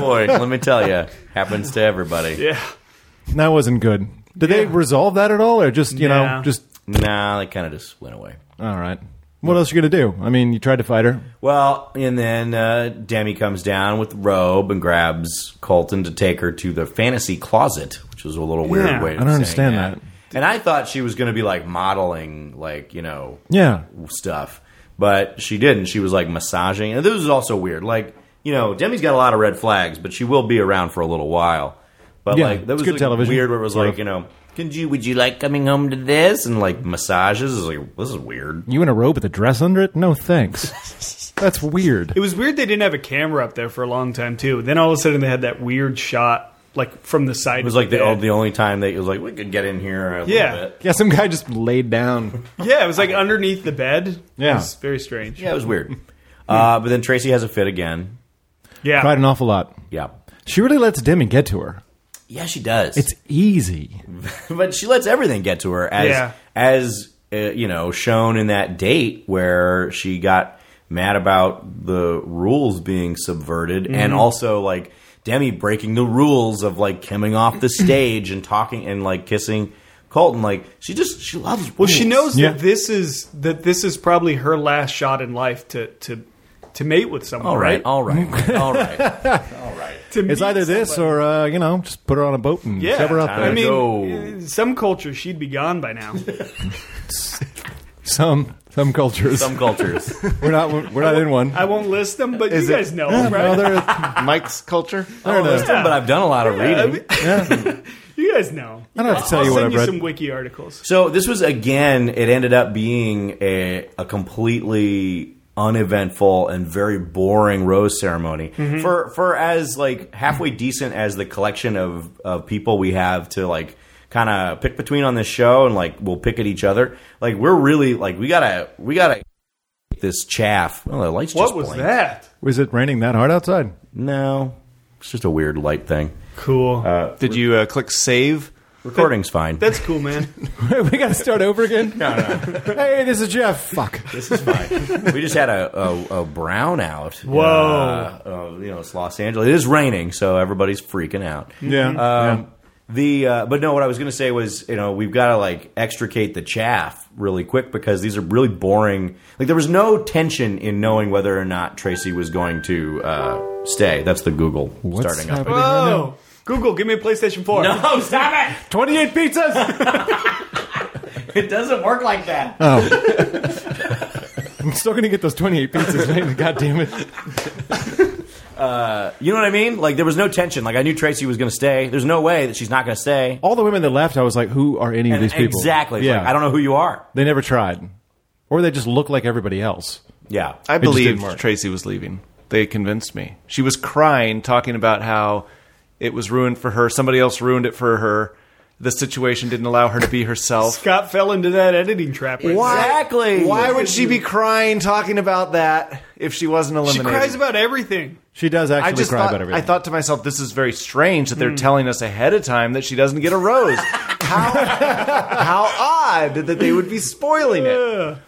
Speaker 3: Boy, let me tell you, happens to everybody.
Speaker 1: Yeah.
Speaker 2: That wasn't good. Did they resolve that at all, or just you
Speaker 1: Nah.
Speaker 2: know, just
Speaker 3: Nah, they kind of just went away.
Speaker 2: all right? What else you gonna do? I mean, you tried to fight her.
Speaker 3: Well, and then uh, Demi comes down with the robe and grabs Colton to take her to the fantasy closet, which is a little weird
Speaker 1: Yeah,
Speaker 3: way.
Speaker 1: I
Speaker 3: Of
Speaker 2: don't
Speaker 3: saying
Speaker 2: understand that.
Speaker 3: And I thought she was going to be like modeling, like you know,
Speaker 2: Yeah,
Speaker 3: stuff, but she didn't. She was like massaging, and this was also weird. Like you know, Demi's got a lot of red flags, but she will be around for a little while. But
Speaker 2: Yeah,
Speaker 3: like that
Speaker 2: it's
Speaker 3: was
Speaker 2: good
Speaker 3: like,
Speaker 2: television,
Speaker 3: weird, where it was
Speaker 2: sort
Speaker 3: like
Speaker 2: of.
Speaker 3: you know. Can you, would you like coming home to this and like massages? Is like this is weird.
Speaker 2: you in a robe with a dress under it? No, thanks. That's weird.
Speaker 1: It was weird they didn't have a camera up there for a long time too. Then all of a sudden they had that weird shot like from the side.
Speaker 3: It was like the,
Speaker 1: bed.
Speaker 3: the only time that it was like we could get in here. A
Speaker 1: Yeah.
Speaker 3: little bit.
Speaker 2: Yeah, some guy just laid down.
Speaker 1: yeah, it was like underneath the bed. it
Speaker 2: Yeah.
Speaker 1: was very strange.
Speaker 3: yeah, it was weird. uh, but then Tracy has a fit again.
Speaker 1: Yeah,
Speaker 2: Cried an awful lot.
Speaker 3: Yeah,
Speaker 2: She really lets Demi get to her.
Speaker 3: yeah, she does.
Speaker 2: It's easy.
Speaker 3: but she lets everything get to her as
Speaker 1: Yeah.
Speaker 3: as uh, you know shown in that date where she got mad about the rules being subverted and
Speaker 1: Mm-hmm.
Speaker 3: also like Demi breaking the rules of like coming off the stage and talking and like kissing Colton. Like she just she loves.
Speaker 1: Well, she knows
Speaker 2: Yeah.
Speaker 1: that this is that this is probably her last shot in life to to to mate with someone.
Speaker 3: All right,
Speaker 1: right.
Speaker 3: all right, all right.
Speaker 1: To
Speaker 2: It's
Speaker 1: meet
Speaker 2: either this
Speaker 1: somebody.
Speaker 2: or uh, you know, just put her on a boat and
Speaker 1: yeah.
Speaker 2: shove her up there.
Speaker 1: I mean,
Speaker 3: Go.
Speaker 1: in some cultures she'd be gone by now.
Speaker 2: some some cultures.
Speaker 3: Some cultures.
Speaker 2: We're not we're not in one.
Speaker 1: I won't list them, but
Speaker 6: Is
Speaker 1: you
Speaker 6: it-
Speaker 1: guys know,
Speaker 2: Yeah,
Speaker 1: right?
Speaker 2: no, they're-
Speaker 6: Mike's culture.
Speaker 2: they're not.
Speaker 1: Yeah.
Speaker 3: But I've done a lot of reading.
Speaker 1: I mean- you guys know.
Speaker 2: I don't have to tell
Speaker 1: I'll
Speaker 2: you what
Speaker 1: send
Speaker 2: I've
Speaker 1: you
Speaker 2: read.
Speaker 1: some wiki articles.
Speaker 3: So this was again. It ended up being a, a completely uneventful and very boring rose ceremony
Speaker 1: Mm-hmm.
Speaker 3: for for as like halfway decent as the collection of of people we have to like kind of pick between on this show and like we'll pick at each other. Like we're really like we gotta we gotta this chaff. Oh, the lights.
Speaker 1: What
Speaker 3: just
Speaker 1: was
Speaker 3: blinked.
Speaker 1: that?
Speaker 2: Was it raining that hard outside?
Speaker 3: No, it's just a weird light thing.
Speaker 1: Cool.
Speaker 6: Did you uh, click save?
Speaker 3: Recording's fine.
Speaker 1: That's cool, man.
Speaker 2: we got to start over again. no, no. Hey, this is Jeff. Fuck.
Speaker 3: This is fine. we just had a, a, a brownout.
Speaker 1: Whoa.
Speaker 3: Uh, uh, you know, it's Los Angeles. It is raining, so everybody's freaking out.
Speaker 2: Yeah.
Speaker 3: Um, The uh, but no, what I was going to say was, you know, we've got to like extricate the chaff really quick because these are really boring. Like there was no tension in knowing whether or not Tracy was going to uh, stay. That's the Google
Speaker 2: What's
Speaker 3: starting up.
Speaker 2: happening right now?
Speaker 1: Whoa. Google, give me a PlayStation 4.
Speaker 3: No, stop it!
Speaker 2: 28 pizzas.
Speaker 3: It doesn't work like that.
Speaker 2: I'm still going to get those 28 pizzas, man. God damn it.
Speaker 3: You know what I mean? Like there was no tension. Like I knew Tracy was going to stay. There's no way that she's not going to stay.
Speaker 2: All the women that left, I was like, who are any of these people?
Speaker 3: Exactly. It's
Speaker 2: Yeah.
Speaker 3: like, I don't know who you are.
Speaker 2: They never tried. Or they just look like everybody else.
Speaker 6: I
Speaker 3: Yeah.
Speaker 2: just didn't
Speaker 6: believed
Speaker 2: work.
Speaker 6: Tracy was leaving. They convinced me. She was crying, talking about how it was ruined for her. Somebody else ruined it for her. The situation didn't allow her to be herself.
Speaker 1: Scott fell into that editing trap. Right
Speaker 3: Why? Exactly.
Speaker 6: Why would she be crying, talking about that if she wasn't
Speaker 1: there. She
Speaker 6: eliminated?
Speaker 1: cries about everything.
Speaker 2: She does actually
Speaker 6: I just
Speaker 2: cry
Speaker 6: thought,
Speaker 2: about everything.
Speaker 6: I thought to myself, this is very strange that they're telling us ahead of time that she doesn't get a rose. how, how odd that they would be spoiling it.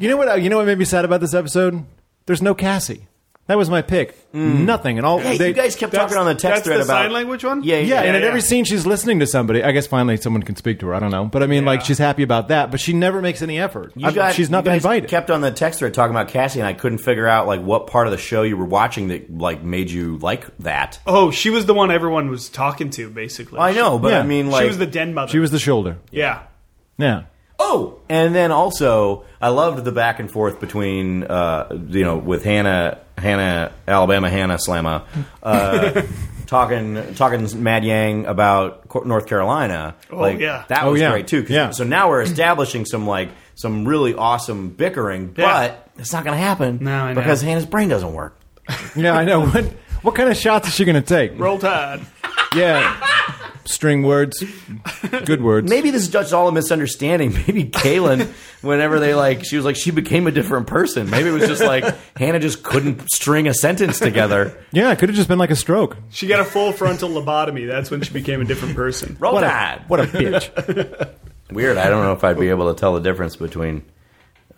Speaker 2: You know what? uh, You know what made me sad about this episode? There's no Cassie. That was my pick. Nothing, and all.
Speaker 3: Mm. Hey,
Speaker 2: they,
Speaker 3: you guys kept
Speaker 1: That's-
Speaker 3: talking on the text
Speaker 1: that's
Speaker 3: thread
Speaker 1: the
Speaker 3: about
Speaker 1: sign language one?
Speaker 3: Yeah,
Speaker 2: yeah, and at
Speaker 1: yeah.
Speaker 2: every scene she's listening to somebody. I guess finally someone can speak to her. I don't know, but I mean, like she's happy about that, but she never makes any effort.
Speaker 3: You
Speaker 2: I-
Speaker 3: guys-
Speaker 2: she's not
Speaker 3: you
Speaker 2: been
Speaker 3: guys
Speaker 2: invited.
Speaker 3: Kept on the text thread talking about Cassie, and I couldn't figure out like what part of the show you were watching that like made you like that.
Speaker 1: Oh, she was the one everyone was talking to, basically.
Speaker 3: I know, but
Speaker 2: Yeah.
Speaker 3: I mean,
Speaker 1: She
Speaker 3: like,
Speaker 1: was the den mother.
Speaker 2: she was the shoulder.
Speaker 1: Yeah.
Speaker 2: Yeah,
Speaker 3: oh, and then also I loved the back and forth between uh, you know with Hannah, Hannah, Alabama, Hannah Slamma, uh, talking talking Mad Yang about Co- North Carolina. Oh like,
Speaker 1: yeah.
Speaker 3: that
Speaker 2: Oh,
Speaker 3: was
Speaker 2: yeah.
Speaker 3: great too. 'cause-
Speaker 2: Yeah.
Speaker 3: so now we're establishing some like some really awesome bickering,
Speaker 1: Yeah.
Speaker 3: but it's not going to happen
Speaker 1: No, I know.
Speaker 3: because Hannah's brain doesn't work.
Speaker 2: yeah, I know. What what kind of shots is she going to take?
Speaker 1: Roll Tide.
Speaker 2: Yeah, string words, good words.
Speaker 3: Maybe this is just all a misunderstanding. Maybe Kaylin, whenever they like, she was like, she became a different person. Maybe it was just like Hannah just couldn't string a sentence together.
Speaker 2: Yeah, it could have just been like a stroke.
Speaker 1: She got a full frontal lobotomy. That's when she became a different person.
Speaker 3: Roll
Speaker 2: What a
Speaker 3: Tide.
Speaker 2: what a bitch.
Speaker 3: Weird. I don't know if I'd be able to tell the difference between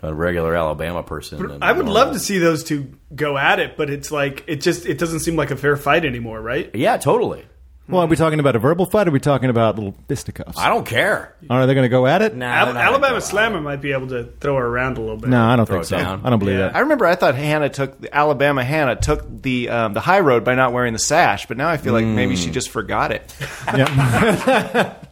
Speaker 3: a regular Alabama person. And
Speaker 1: I would
Speaker 3: normal.
Speaker 1: love to see those two go at it, but it's like it just it doesn't seem like a fair fight anymore, right?
Speaker 3: Yeah, totally.
Speaker 2: Well, are we talking about a verbal fight? Or are we talking about little fisticuffs?
Speaker 3: I don't care.
Speaker 2: Are they going to go at it?
Speaker 3: Nah,
Speaker 1: Al-
Speaker 3: they're not gonna
Speaker 1: Alabama
Speaker 3: go
Speaker 1: Slammer might be able to throw her around a little bit.
Speaker 2: No, I don't think
Speaker 3: it
Speaker 2: so.
Speaker 3: down.
Speaker 2: I don't believe
Speaker 1: Yeah.
Speaker 2: that.
Speaker 6: I remember I thought Hannah took Alabama Hannah took the um, the high road by not wearing the sash, but now I feel like maybe
Speaker 3: Mm.
Speaker 6: she just forgot it.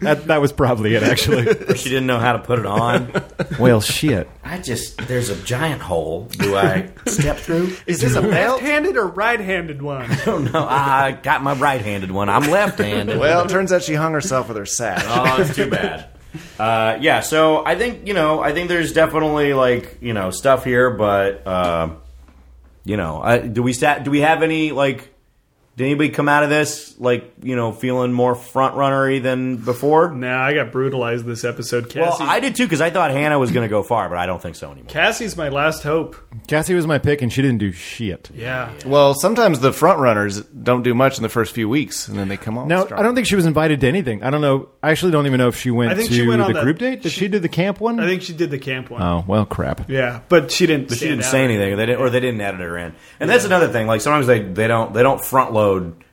Speaker 2: That, that was probably it, actually.
Speaker 3: out. She didn't know how to put it on.
Speaker 2: well, shit.
Speaker 3: I just there's a giant hole. Do I step through?
Speaker 1: Is this a left-handed or right-handed one?
Speaker 3: Oh no! I got my right-handed one. I'm left-handed.
Speaker 6: Well, it turns out she hung herself with her sash.
Speaker 3: oh, it's too bad. Uh, yeah, so I think you know, I think there's definitely like you know stuff here, but uh, you know, I, do we stat? Do we have any like? Did anybody come out of this like you know feeling more front runnery than before?
Speaker 1: nah, I got brutalized this episode.
Speaker 3: Well,
Speaker 1: Cassie,
Speaker 3: I did too because I thought Hannah was going to go far, but I don't think so anymore.
Speaker 1: Cassie's my last hope.
Speaker 2: Cassie was my pick, and she didn't do shit.
Speaker 1: Yeah.
Speaker 6: well, sometimes the front runners don't do much in the first few weeks, and then they come on.
Speaker 2: Now,
Speaker 6: strong.
Speaker 2: I don't think she was invited to anything. I don't know. I actually don't even know if she went
Speaker 1: I think
Speaker 2: to
Speaker 1: she went on
Speaker 2: the
Speaker 1: that-
Speaker 2: group date. Did she, do the camp one?
Speaker 1: I think she did the camp one.
Speaker 2: oh, well, crap.
Speaker 1: Yeah, but she didn't.
Speaker 3: But she didn't say anything. They didn't, or they didn't edit her in. And that's another thing. Like sometimes they, they don't they don't front load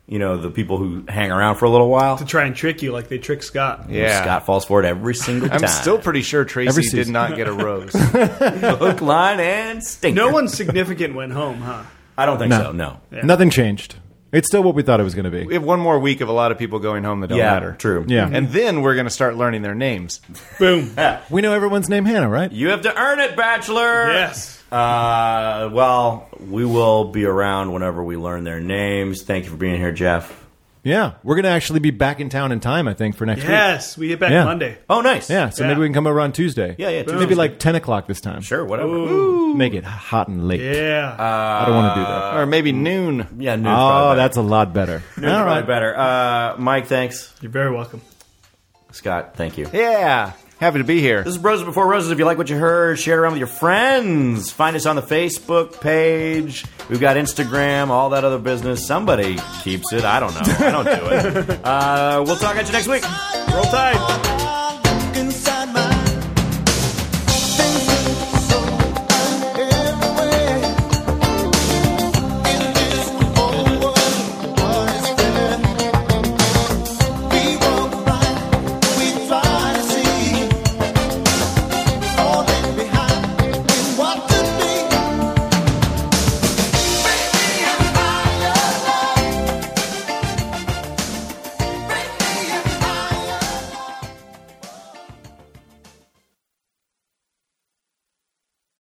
Speaker 3: you know the people who hang around for a little while.
Speaker 1: to try and trick you like they trick Scott.
Speaker 6: Yeah.
Speaker 3: Scott falls for it every single time.
Speaker 6: I'm still pretty sure
Speaker 2: Every
Speaker 6: Tracy did
Speaker 2: season.
Speaker 6: not get a rose.
Speaker 3: hook, line, and stink.
Speaker 1: No one significant went home, huh?
Speaker 3: I don't think
Speaker 2: No.
Speaker 3: so. No.
Speaker 2: Nothing changed. It's still what we thought it was going to
Speaker 6: we
Speaker 2: be.
Speaker 6: have one more week of a lot of people going home that don't
Speaker 3: yeah,
Speaker 6: matter.
Speaker 3: true.
Speaker 2: Yeah.
Speaker 6: And then we're going to start learning their names.
Speaker 1: Boom.
Speaker 2: we know everyone's name Hannah, right?
Speaker 3: You have to earn it, bachelor.
Speaker 1: Yes.
Speaker 3: Uh, well, we will be around whenever we learn their names. Thank you for being here, Jeff.
Speaker 2: Yeah. We're going to actually be back in town in time, I think, for next week.
Speaker 1: Yes, we get back
Speaker 2: Yeah.
Speaker 1: Monday.
Speaker 3: Oh, nice.
Speaker 2: Yeah. So
Speaker 1: Yeah.
Speaker 2: maybe we can come over on Tuesday.
Speaker 3: Yeah, yeah, Boom.
Speaker 2: Maybe like 10 o'clock this time.
Speaker 3: Sure. Whatever.
Speaker 2: Make it hot and late.
Speaker 1: Yeah.
Speaker 3: Uh,
Speaker 2: I don't want to do that. Mm.
Speaker 6: Or maybe noon.
Speaker 3: Yeah. Noon's
Speaker 2: Oh,
Speaker 3: probably better.
Speaker 2: that's a lot better. All
Speaker 3: Noon's probably
Speaker 2: right.
Speaker 3: better. Uh, Mike, thanks.
Speaker 1: You're very welcome.
Speaker 3: Scott, thank you.
Speaker 6: Yeah. Happy to be here.
Speaker 3: This is Roses Before Roses. If you like what you heard, share it around with your friends. Find us on the Facebook page. We've got Instagram, all that other business. Somebody keeps it. I don't know. I don't do it. uh, we'll talk at you next week.
Speaker 1: Roll Tide.